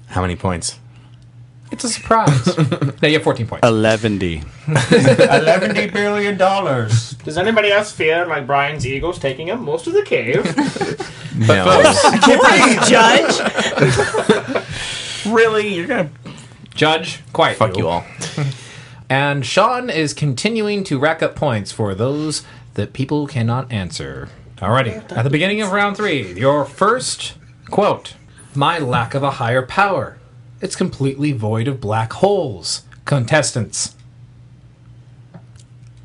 How many points? Oh, It's a surprise. now you have 14 points. 11D. Eleventy billion dollars. Does anybody else feel like Brian's ego's taking up most of the cave? No. I can't believe you, Judge. really? You're going to. Judge, quiet. Fuck you all. And Sean is continuing to rack up points for those that people cannot answer. Alrighty. At the beginning of round three, your first quote My lack of a higher power. It's completely void of black holes. Contestants.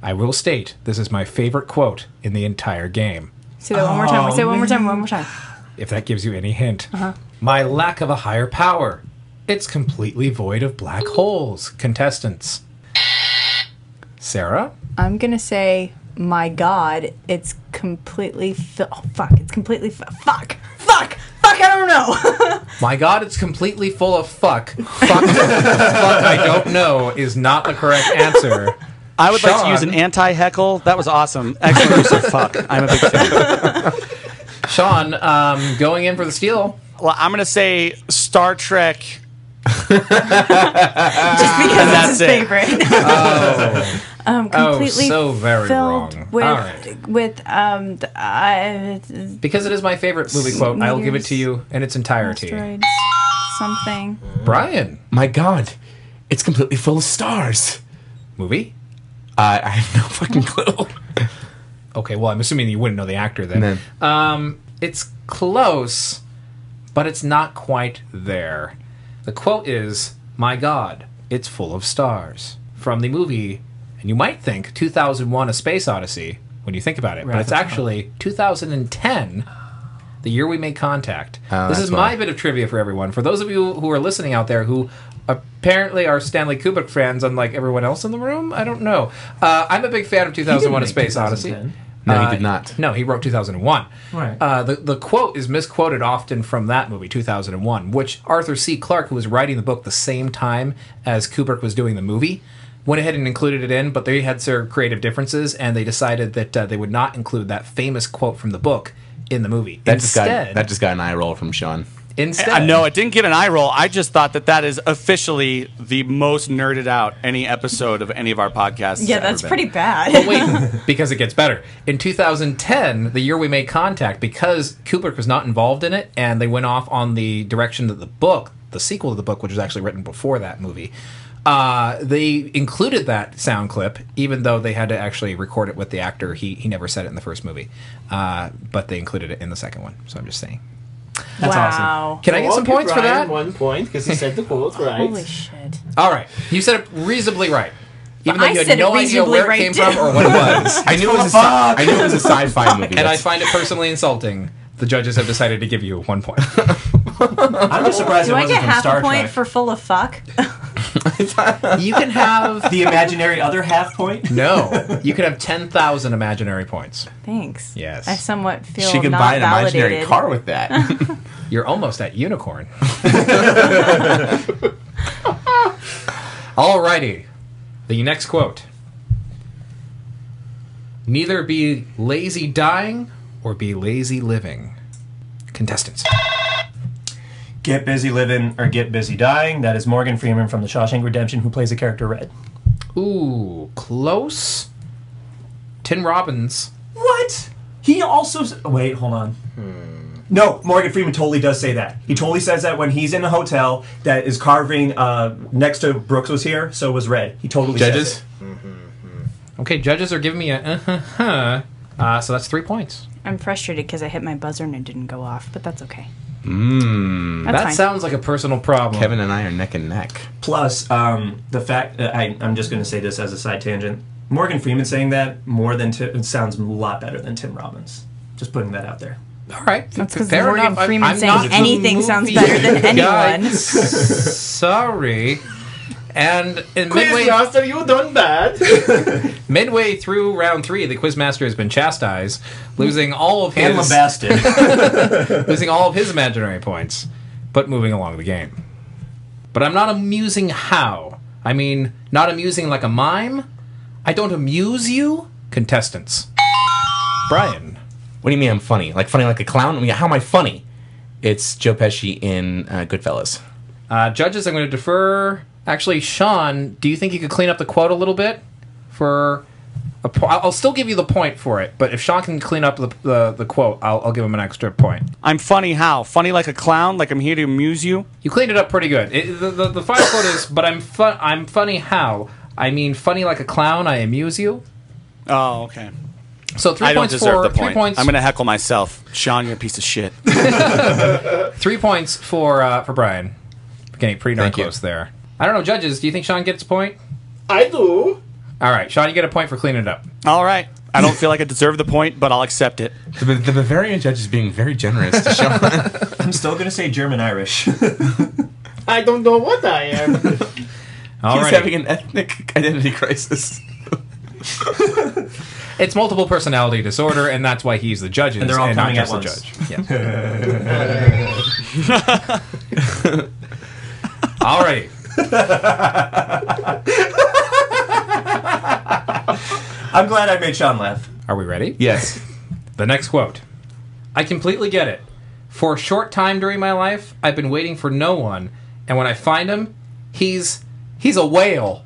I will state this is my favorite quote in the entire game. Say that one more time. Oh, Say it one more time. One more time. If that gives you any hint. Uh-huh. My lack of a higher power. It's completely void of black holes. Contestants. Sarah? I'm gonna say, my God, it's completely. Fi- oh fuck! It's completely. Fi- fuck! Fuck! Fuck! I don't know. My god, it's completely full of fuck. Fuck, fuck I don't know is not the correct answer. I would like to Sean. use an anti heckle. That was awesome. Excellent use of fuck. I'm a big fan. Sean, um, going in for the steal. Well, I'm going to say Star Trek. Just because That's his favorite. Oh. um, Oh, completely so very filled wrong. with All right. with um. th- I, Because it is my favorite movie quote, I will give it to you in its entirety. asteroids, something. Brian. My God, it's completely full of stars. Movie? Uh, I have no fucking clue. Okay, well, I'm assuming you wouldn't know the actor then. Um, it's close, but it's not quite there. The quote is, "My God, it's full of stars," from the movie, and you might think 2001: A Space Odyssey when you think about it, but Right, it's that's- actually 2010. The year we made contact. Oh, this that's is why. my bit of trivia for everyone. For those of you who are listening out there who apparently are Stanley Kubrick fans, unlike everyone else in the room, I don't know. Uh, I'm a big fan of 2001: A make Space Odyssey. 2010. No, he Uh, did not. No, he wrote 2001. Right. Uh, the, the quote is misquoted often from that movie, 2001, which Arthur C. Clarke, who was writing the book the same time as Kubrick was doing the movie, went ahead and included it in, but they had their creative differences, and they decided that uh, they would not include that famous quote from the book in the movie. That just, got, instead, that just got an eye roll from Sean. instead, I know Uh, it didn't get an eye roll. I just thought that that is officially the most nerded out any episode of any of our podcasts. has Yeah, ever that's been. pretty bad. But wait, because it gets better. In 2010, the year we made contact, because Kubrick was not involved in it, and they went off on the direction that the book, the sequel to the book, which was actually written before that movie, uh, they included that sound clip, even though they had to actually record it with the actor. He he never said it in the first movie, uh, but they included it in the second one. So I'm just saying. wow. Can I get some I'll give points for Brian that? One point because he said the quote right. Holy shit. All right, you said it reasonably right, even But though I you had said it no idea reasonably where right, it came too. from or what it was. I knew, it was a sci- I knew it was a sci fi movie. and I That's- find it personally insulting. The judges have decided to give you one point. I'm just surprised Do it I wasn't get from half Star a point Trek. for full of fuck? You can have the imaginary other half point. no. You can have ten thousand imaginary points. Thanks. Yes. I somewhat feel she can not buy an validated. imaginary car with that. You're almost at unicorn. Alrighty. The next quote. Neither be lazy dying or be lazy living. Contestants. Get busy living or get busy dying. That is Morgan Freeman from The Shawshank Redemption, who plays the character Red. Ooh, close. Tim Robbins. What? He also s- wait. Hold on. No, Morgan Freeman totally does say that. He totally says that when he's in a hotel that is carving uh, next to Brooks was here, so was Red. He totally Judges? Says Okay, judges are giving me a uh-huh-huh. Uh, so that's three points. I'm frustrated because I hit my buzzer and it didn't go off, but that's okay. Mm. That's that fine. sounds like a personal problem. Kevin and I are neck and neck. it. Plus, um, the fact uh, I, I'm just going to say this as a side tangent. Morgan Freeman saying that more than Ti- it sounds a lot better than Tim Robbins. Just putting that out there. All right. That's 'cause Fair Morgan enough. I'm- Freeman I'm saying not the anything movie sounds better than guy. anyone. Sorry. And in midway, Quizmaster, you done bad. midway through round three, the quizmaster has been chastised, losing all of And his losing all of his imaginary points, but moving along the game. But I'm not amusing how. I mean, not amusing like a mime. I don't amuse you, contestants. Brian. What do you mean I'm funny? Like funny like a clown? I mean, how am I funny? It's Joe Pesci in uh, Goodfellas. Uh, judges, I'm going to defer. Actually, Sean, do you think you could clean up the quote a little bit? For a po- I'll I'll still give you the point for it, but if Sean can clean up the, the, the quote, I'll, I'll give him an extra point. I'm funny how? Funny like a clown, like I'm here to amuse you? You cleaned it up pretty good. It, the, the, the final quote is, "But I'm fun. I'm funny. How? I mean, funny like a clown. I amuse you." Oh, okay. So three I don't points deserve for the three point. points. I'm going to heckle myself. Sean, you're a piece of shit. three points for uh, for Brian. Getting pretty darn close there. I don't know, judges. Do you think Sean gets a point? I do. All right, Sean, you get a point for cleaning it up. All right. I don't feel like I deserve the point, but I'll accept it. The, Ba- the Bavarian judge is being very generous to Sean. I'm still gonna say German Irish. I don't know what I am. All He's right. having an ethnic identity crisis. It's multiple personality disorder, and that's why he's the judge. And they're all not coming at just the once. judge. Yes. all right. I'm glad I made Sean laugh. Are we ready? Yes. The next quote I completely get it. For a short time during my life, I've been waiting for no one, and when I find him, he's he's a whale.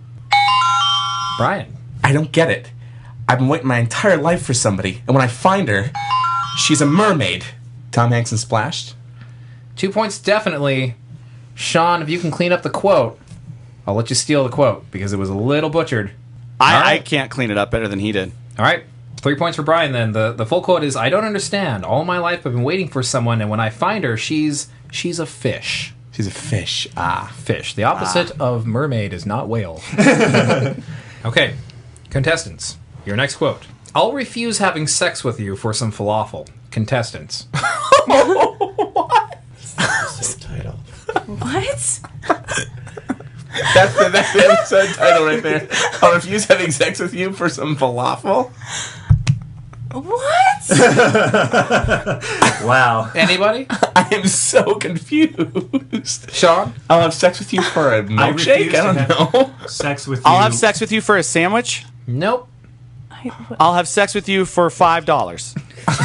Brian. I don't get it. I've been waiting my entire life for somebody, and when I find her, she's a mermaid. Tom Hanks and Splashed. Two points definitely. Sean, if you can clean up the quote, I'll let you steal the quote because it was a little butchered. I, All right. I can't clean it up better than he did. All right. Three points for Brian then. The the full quote is I don't understand. All my life I've been waiting for someone and when I find her, she's she's a fish. She's a fish. Ah. Fish. The opposite of mermaid is not whale. okay. Contestants, your next quote. I'll refuse having sex with you for some falafel. Contestants. Subtitle. What? That's the, that's the episode title right there. I'll refuse having sex with you for some falafel. What? Wow. Anybody? I am so confused. Sean? I'll have sex with you for a milkshake? refuse to I, don't have- know. Sex with I'll you. have sex with you for a sandwich. Nope. I, what? I'll have sex with you for five dollars. I'll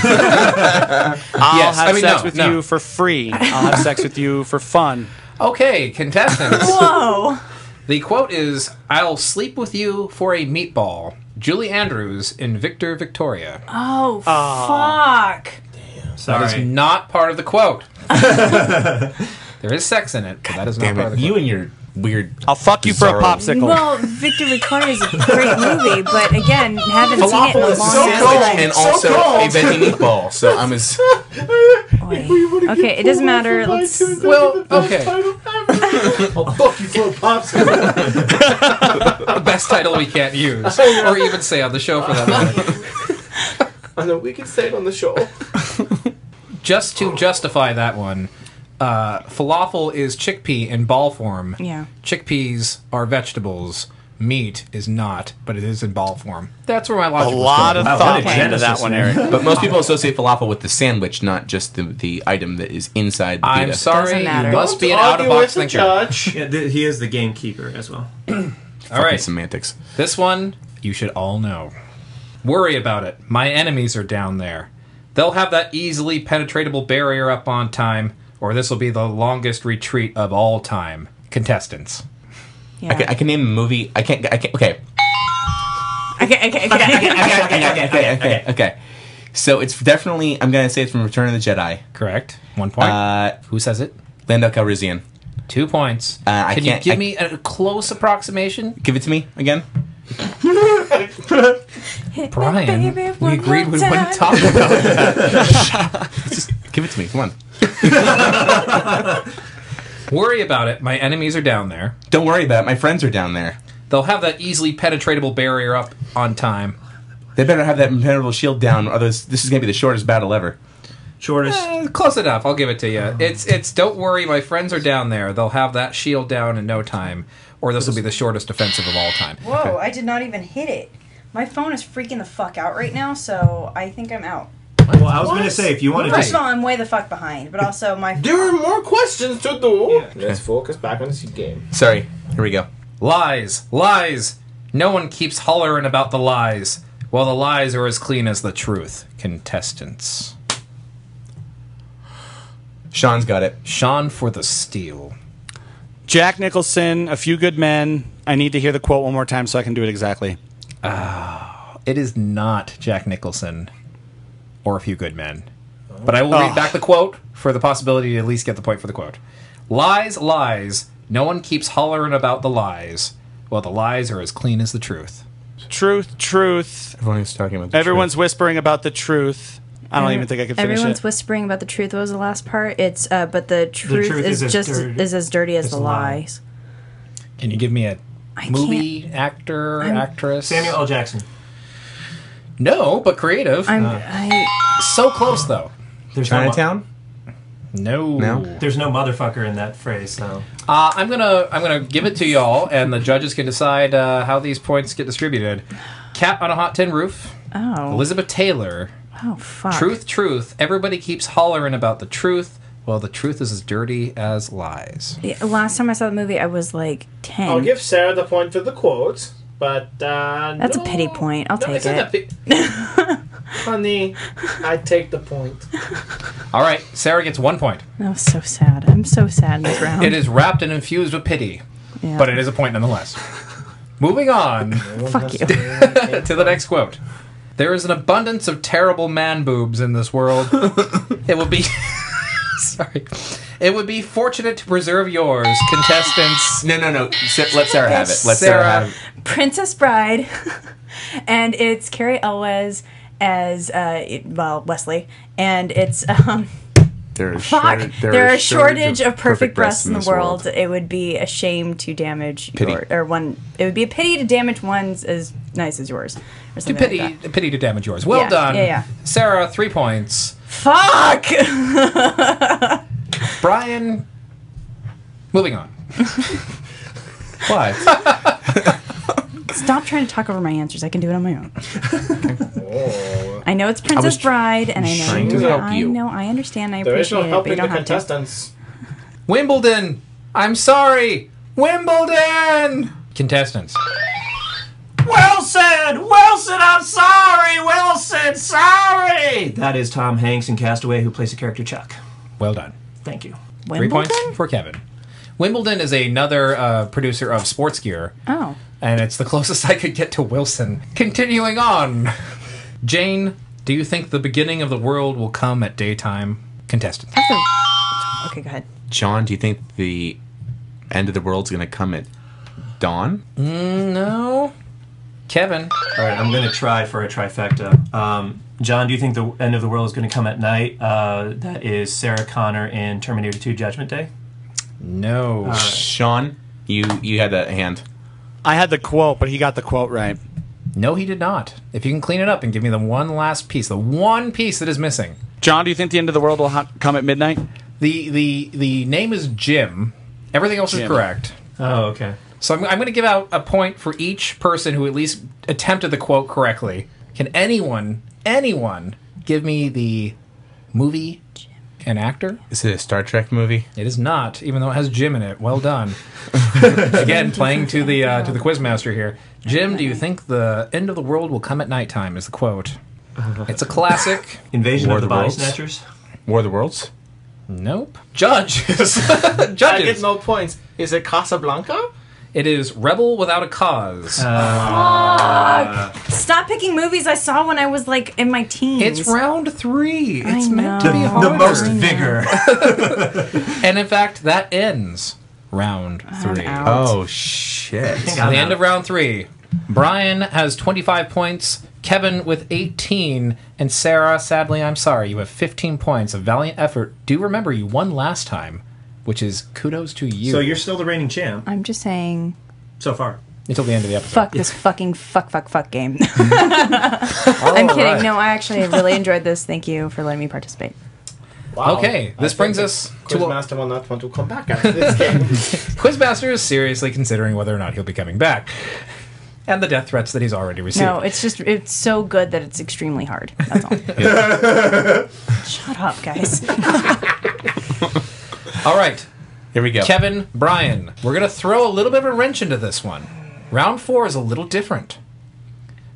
Yes, have I mean, sex no, with no. you for free. I'll have sex with you for fun. Okay, contestants. Whoa. the quote is I'll sleep with you for a meatball. Julie Andrews in Victor Victoria. Oh, fuck. That is Sorry. not part of the quote. there is sex in it, but that is not Damn part of it. the You quote. and your weird. I'll fuck you for a Bizarro. popsicle. Well, Victor Victoria is a great movie, but again, haven't seen it in Falafel a is a long sandwich time. and also a veggie meatball. So I'm as. Boy. Okay, it doesn't matter. Let's. well, okay. I'll fuck you for a popsicle. The best title we can't use, Oh, or even say on the show for that matter. I know we can say it on the show. Just to justify that one, uh, falafel is chickpea in ball form. Yeah. Chickpeas are vegetables. Meat is not, but it is in ball form. That's where my a logic. was lot going. of Wow, thought what a went into that genesis, one, man. Eric. But most people associate falafel with the sandwich, not just the, the item that is inside the I'm pita. sorry, Doesn't you matter. must be an out of box thinker. judge. Yeah, th- he is the gamekeeper as well. All right, Semantics. This one, you should all know. Worry about it. My enemies are down there. They'll have that easily penetratable barrier up on time, or this will be the longest retreat of all time. Contestants. Yeah. I can name a movie. I can't. I can't. Okay. okay, okay, okay. Okay. Okay. Okay. Okay. Okay. okay. So it's definitely. I'm gonna say it's from Return of the Jedi. Correct. One point. Uh, Who says it? Lando Calrissian. Two points. Uh, I Can you can't- give I- me a close approximation? Give it to me again. Brian, baby we one agreed more we wouldn't talk time. about it. Just give it to me. Come on. Worry about it. My enemies are down there. Don't worry about it. My friends are down there. They'll have that easily penetratable barrier up on time, They better have that impenetrable shield down, or this, this is going to be the shortest battle ever. Shortest. Eh, close enough. I'll give it to you. It's it's. Don't worry, my friends are down there. They'll have that shield down in no time, or this will be the shortest offensive of all time. Whoa, I did not even hit it. My phone is freaking the fuck out right now, so I think I'm out. Well, I was going to say, if you want to First just. of all, I'm way the fuck behind, but also my. There are more questions to do. Let's focus back on this game. Sorry. Here we go. Lies, lies. No one keeps hollering about the lies. Well, the lies are as clean as the truth. Contestants. Sean's got it. Sean for the steal. Jack Nicholson, A Few Good Men. I need to hear the quote one more time so I can do it exactly. Ah, it is not Jack Nicholson or A Few Good Men. But I will Oh. read back the quote for the possibility to at least get the point for the quote. Lies, lies. No one keeps hollering about the lies. Well, the lies are as clean as the truth. Truth, truth. Everyone was talking about Everyone's whispering about the truth. I don't even think I could finish Everyone's it. whispering about the truth. What was the last part? It's uh, but the truth, truth is, is as just dirty- is as dirty as as the a lie. lies. Can you give me a movie actor, I'm- actress? Samuel L. Jackson. No, but creative. Uh, I'm, I, so close though. There's Chinatown? No. No. There's no motherfucker in that phrase, though. Uh, I'm gonna I'm gonna give it to y'all, and the judges can decide uh, how these points get distributed. Cat on a hot tin roof. Oh. Elizabeth Taylor. oh fuck. Truth, truth. Everybody keeps hollering about the truth. Well, the truth is as dirty as lies. Yeah, last time I saw the movie, I was like ten. Oh, I'll give Sarah the point for the quote, but uh, That's no- a pity point. I'll no, take it's not it. a pi- Honey, I take the point. All right, Sarah gets one point. That was so sad. I'm so sad in this round. It is wrapped and infused with pity, Yeah. but it is a point nonetheless. Moving on. Fuck you. to the next quote. There is an abundance of terrible man boobs in this world. it would be sorry. It would be fortunate to preserve yours, contestants. No, no, no. Let Sarah have it. Let Sarah have it. Princess Bride, and it's Carrie Elwes as uh, it- well Wesley, and it's um. There is Fuck! shortage- there, are a shortage of, perfect, breasts in the world. It would be a shame to damage Pity. your or one. It would be a pity to damage one's as nice as yours. Or To something pity, Like that. pity to damage yours. Well Yeah, done, yeah, yeah. Sarah. Three points. Fuck! Brian. Moving on. what? Stop trying to talk over my answers. I can do it on my own. I know it's Princess Bride, and I know trying to help I you. know. I understand. I There is no appreciate it, but helping you the don't have to. contestants. Wimbledon. I'm sorry. Wimbledon. Contestants. Wilson! Wilson, I'm sorry! Wilson, sorry! That is Tom Hanks in Castaway, who plays the character Chuck. Well done. Thank you. Three points for Kevin. Wimbledon is another uh, producer of sports gear. Oh. And it's the closest I could get to Wilson. Continuing on. Jane, do you think the beginning of the world will come at daytime? Contestant. That's a- Okay, go ahead. John, do you think the end of the world's going to come at dawn? Mm, no. Kevin. All right, I'm going to try for a trifecta. Um, John, do you think the end of the world is going to come at night? Uh, that is Sarah Connor in Terminator 2 Judgment Day. No. right. Sean, you you had that hand. I had the quote, but he got the quote right. No, he did not. If you can clean it up and give me the one last piece, the one piece that is missing. John, do you think the end of the world will ha- come at midnight? The the the name is Jim. Everything else is Jim. correct. Oh, okay. So I'm, I'm going to give out a point for each person who at least attempted the quote correctly. Can anyone, anyone, give me the movie and actor? Is it a Star Trek movie? It is not, even though it has Jim in it. Well done. Again, playing to the uh, to the quizmaster here. Jim, do you think the end of the world will come at nighttime? Is the quote? It's a classic. Invasion War of of the the, Body Worlds? Snatchers? War of the Worlds? Nope. Judges. I get Judges. no points. Is it Casablanca? Uh, It is Rebel Without a Cause. Stop picking movies I saw when I was like in my teens. It's round three. I It's meant to know. be The- the harder. most vigor. and in fact, that ends round three. out. Oh, shit. So the end of round three. Brian has 25 points, Kevin with 18, and Sarah, sadly, I'm sorry, you have 15 points. A valiant effort. Do remember you won last time, which is kudos to you. So you're still the reigning champ I'm just saying. so far. until the end of the episode. Fuck this fucking fuck fuck fuck game. I'm kidding. right. No, I actually really enjoyed this. Thank you for letting me participate. Okay, this brings us to a- Quizmaster will not want to come back after this game. Quizmaster is seriously considering whether or not he'll be coming back, and the death threats that he's already received. No, it's just it's so good that it's extremely hard. That's all. Shut up, guys. All right. Here we go. Kevin, Brian, we're going to throw a little bit of a wrench into this one. Round four is a little different.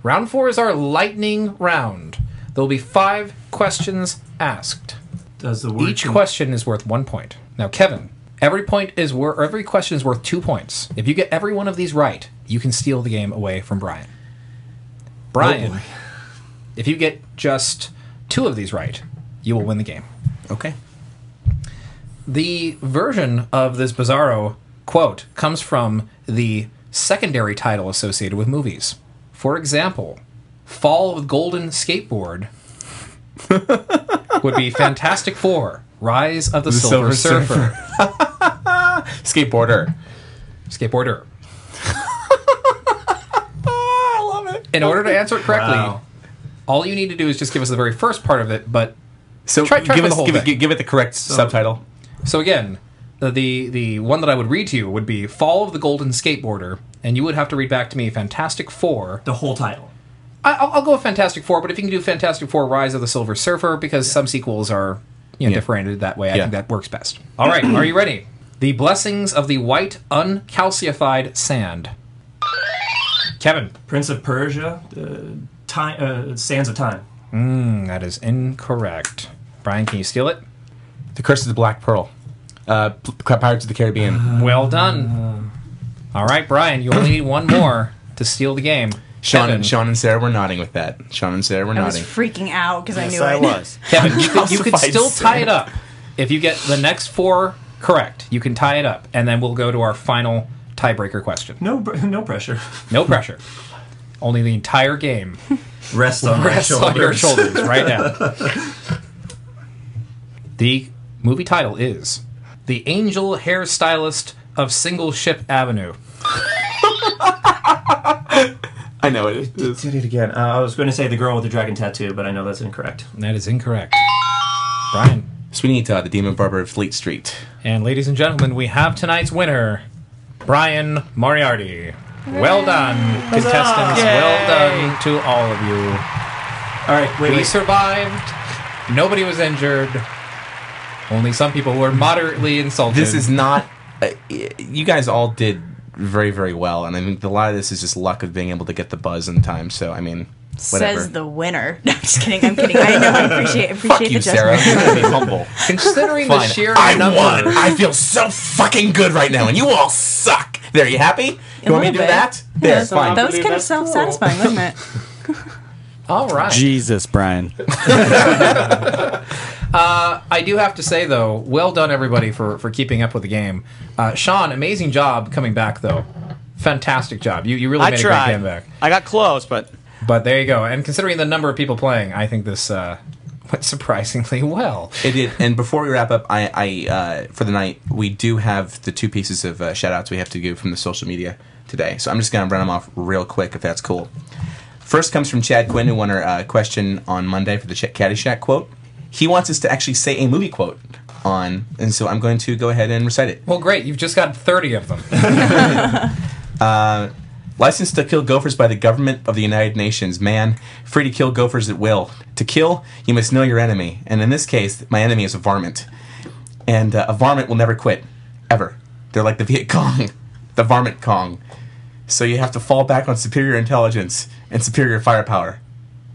Round four is our lightning round. There will be five questions asked. Does the word Each con- question is worth one point. Now, Kevin, every point is worth every question is worth two points. If you get every one of these right, you can steal the game away from Brian. Brian, if you get just two of these right, you will win the game. Okay. The version of this bizarro quote comes from the secondary title associated with movies. For example, Fall of Golden Skateboard would be Fantastic Four, Rise of the, The Silver, Silver Surfer. Skateboarder. Skateboarder. In order to answer it correctly, Wow. all you need to do is just give us the very first part of it, but So try, try give for us the whole give, thing. it- give it the correct subtitle. So again, the, the the one that I would read to you would be Fall of the Golden Skateboarder, and you would have to read back to me Fantastic Four. The whole title. I, I'll, I'll go with Fantastic Four, but if you can do Fantastic Four: Rise of the Silver Surfer, because some sequels are you know Yeah. differentiated that way, I Yeah. think that works best. All right, are you ready? The blessings of the white uncalcified sand. Kevin, Prince of Persia, uh, time, uh, Sands of Time. Mm, that is incorrect. Brian, can you steal it? The Curse of the Black Pearl. Uh, P- Pirates of the Caribbean. Well Uh. done. All right, Brian, you only need one more to steal the game. Sean Kevin. and Sean and Sarah were nodding with that. Sean and Sarah were I was nodding. freaking out because I knew it. Kevin, you could, you could Calcified still tie it sand. up. If you get the next four correct, you can tie it up, and then we'll go to our final tiebreaker question. No, pr- no pressure. Hmm. No pressure. Only the entire game. Rest on my Rests on your shoulders. shoulders right now. the movie title is The Angel Hairstylist of Single Ship Avenue. I know it. Did it again. Uh, I was going to say the girl with the dragon tattoo, but I know that's incorrect. That is incorrect. Brian. Sweeney Todd, uh, the Demon Barber of Fleet Street. And ladies and gentlemen, we have tonight's winner, Brian Moriarty. Well done, contestants. Yay. Well done to all of you. All right, we survived. Nobody was injured. Only some people were moderately insulted. This is not. Uh, y- you guys all did very, very well, and I think a lot of this is just luck of being able to get the buzz in time. So I mean, whatever. Says the winner. No, I'm just kidding. I'm kidding. I know. I appreciate appreciate Fuck you, the Sarah. judgment. You gotta be humble. Considering the Fine. sheer I number, won. I feel so fucking good right now, and you all suck. There, you happy? You A want me to little do bit. that? Yeah, There, that- fine. That was kind of That's cool. self-satisfying, wasn't it? All right. Jesus, Brian. Uh, I do have to say though, well done everybody for for keeping up with the game. Uh, Sean, amazing job coming back though. Fantastic job. You you really I made a tried. great game back. I got close, but But there you go. And considering the number of people playing, I think this uh, went surprisingly well. It did. And before we wrap up, I, I uh, for the night, we do have the two pieces of uh, shout outs we have to give from the social media today. So I'm just going to run them off real quick if that's cool. First comes from Chad Quinn, who won our uh, question on Monday for the Ch- Caddyshack quote. He wants us to actually say a movie quote on, and so I'm going to go ahead and recite it. Well, great. You've just got 30 of them. Uh, licensed to kill gophers by the government of the United Nations, man. Free to kill gophers at will. To kill, you must know your enemy. And in this case, my enemy is a varmint. And uh, a varmint will never quit. Ever. They're like the Viet Cong. The varmint Cong. So you have to fall back on superior intelligence and superior firepower.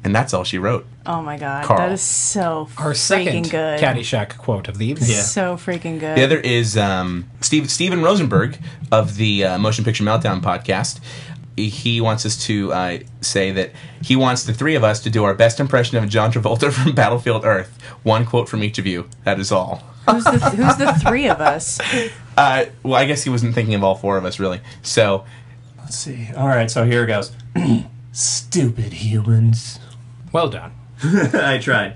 And that's all she wrote. Oh my god, Carl. that is so Our freaking second good. Caddyshack quote of the evening. So freaking good. The other is um, Steve, Steven Rosenberg of the uh, Motion Picture Meltdown podcast. He wants us to uh, say that he wants the three of us to do our best impression of John Travolta from Battlefield Earth. One quote from each of you. That is all. who's the who's the three of us? Uh, well, I guess he wasn't thinking of all four of us, really. So, Let's see. All right, so here it goes. Stupid humans. Well done. I tried.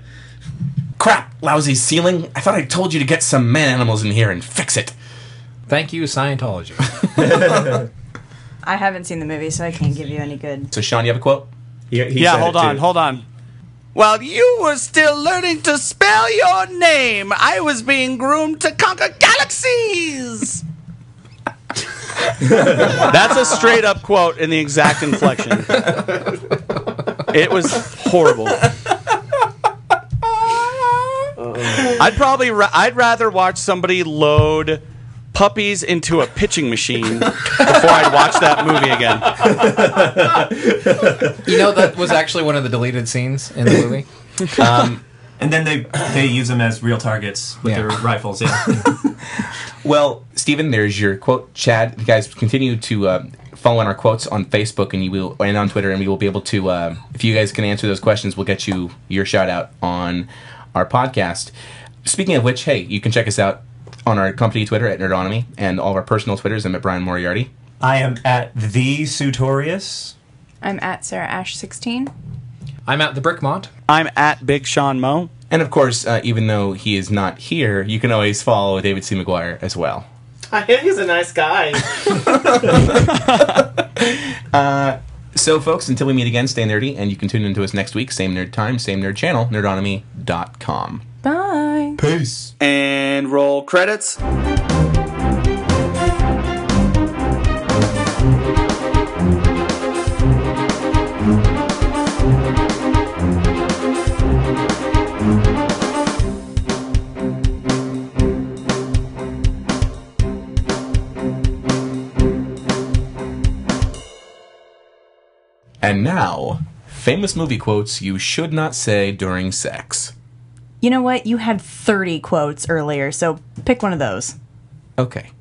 crap, lousy ceiling. I thought I told you to get some man animals in here and fix it. Thank you, Scientology. I haven't seen the movie, so I can't give you any good. So, Sean, you have a quote? Yeah, yeah hold on, hold on. While you were still learning to spell your name, I was being groomed to conquer galaxies. That's a straight up quote in the exact inflection. it was horrible. I'd probably ra- I'd rather watch somebody load puppies into a pitching machine before I'd watch that movie again. You know that was actually one of the deleted scenes in the movie. um, and then they they use them as real targets with their rifles. Yeah. Well, Stephen, there's your quote. Chad, you guys continue to uh, follow on our quotes on Facebook and you will and on Twitter, and we will be able to. Uh, if you guys can answer those questions, we'll get you your shout out on our podcast. Speaking of which, hey, you can check us out on our company Twitter at Nerdonomy and all of our personal Twitters. I'm at Brian Moriarty. I am at the Sutorius. I'm at Sarah Ash sixteen. I'm at the Brickmont. I'm at Big Sean Mo. And of course, uh, even though he is not here, you can always follow David C. McGuire as well. I hear he's a nice guy. Uh, so, folks, until we meet again, stay nerdy, and you can tune into us next week, same nerd time, same nerd channel, nerdonomy.com. Bye. Peace. And roll credits. And now, famous movie quotes you should not say during sex. You know what? You had thirty quotes earlier, so pick one of those. Okay.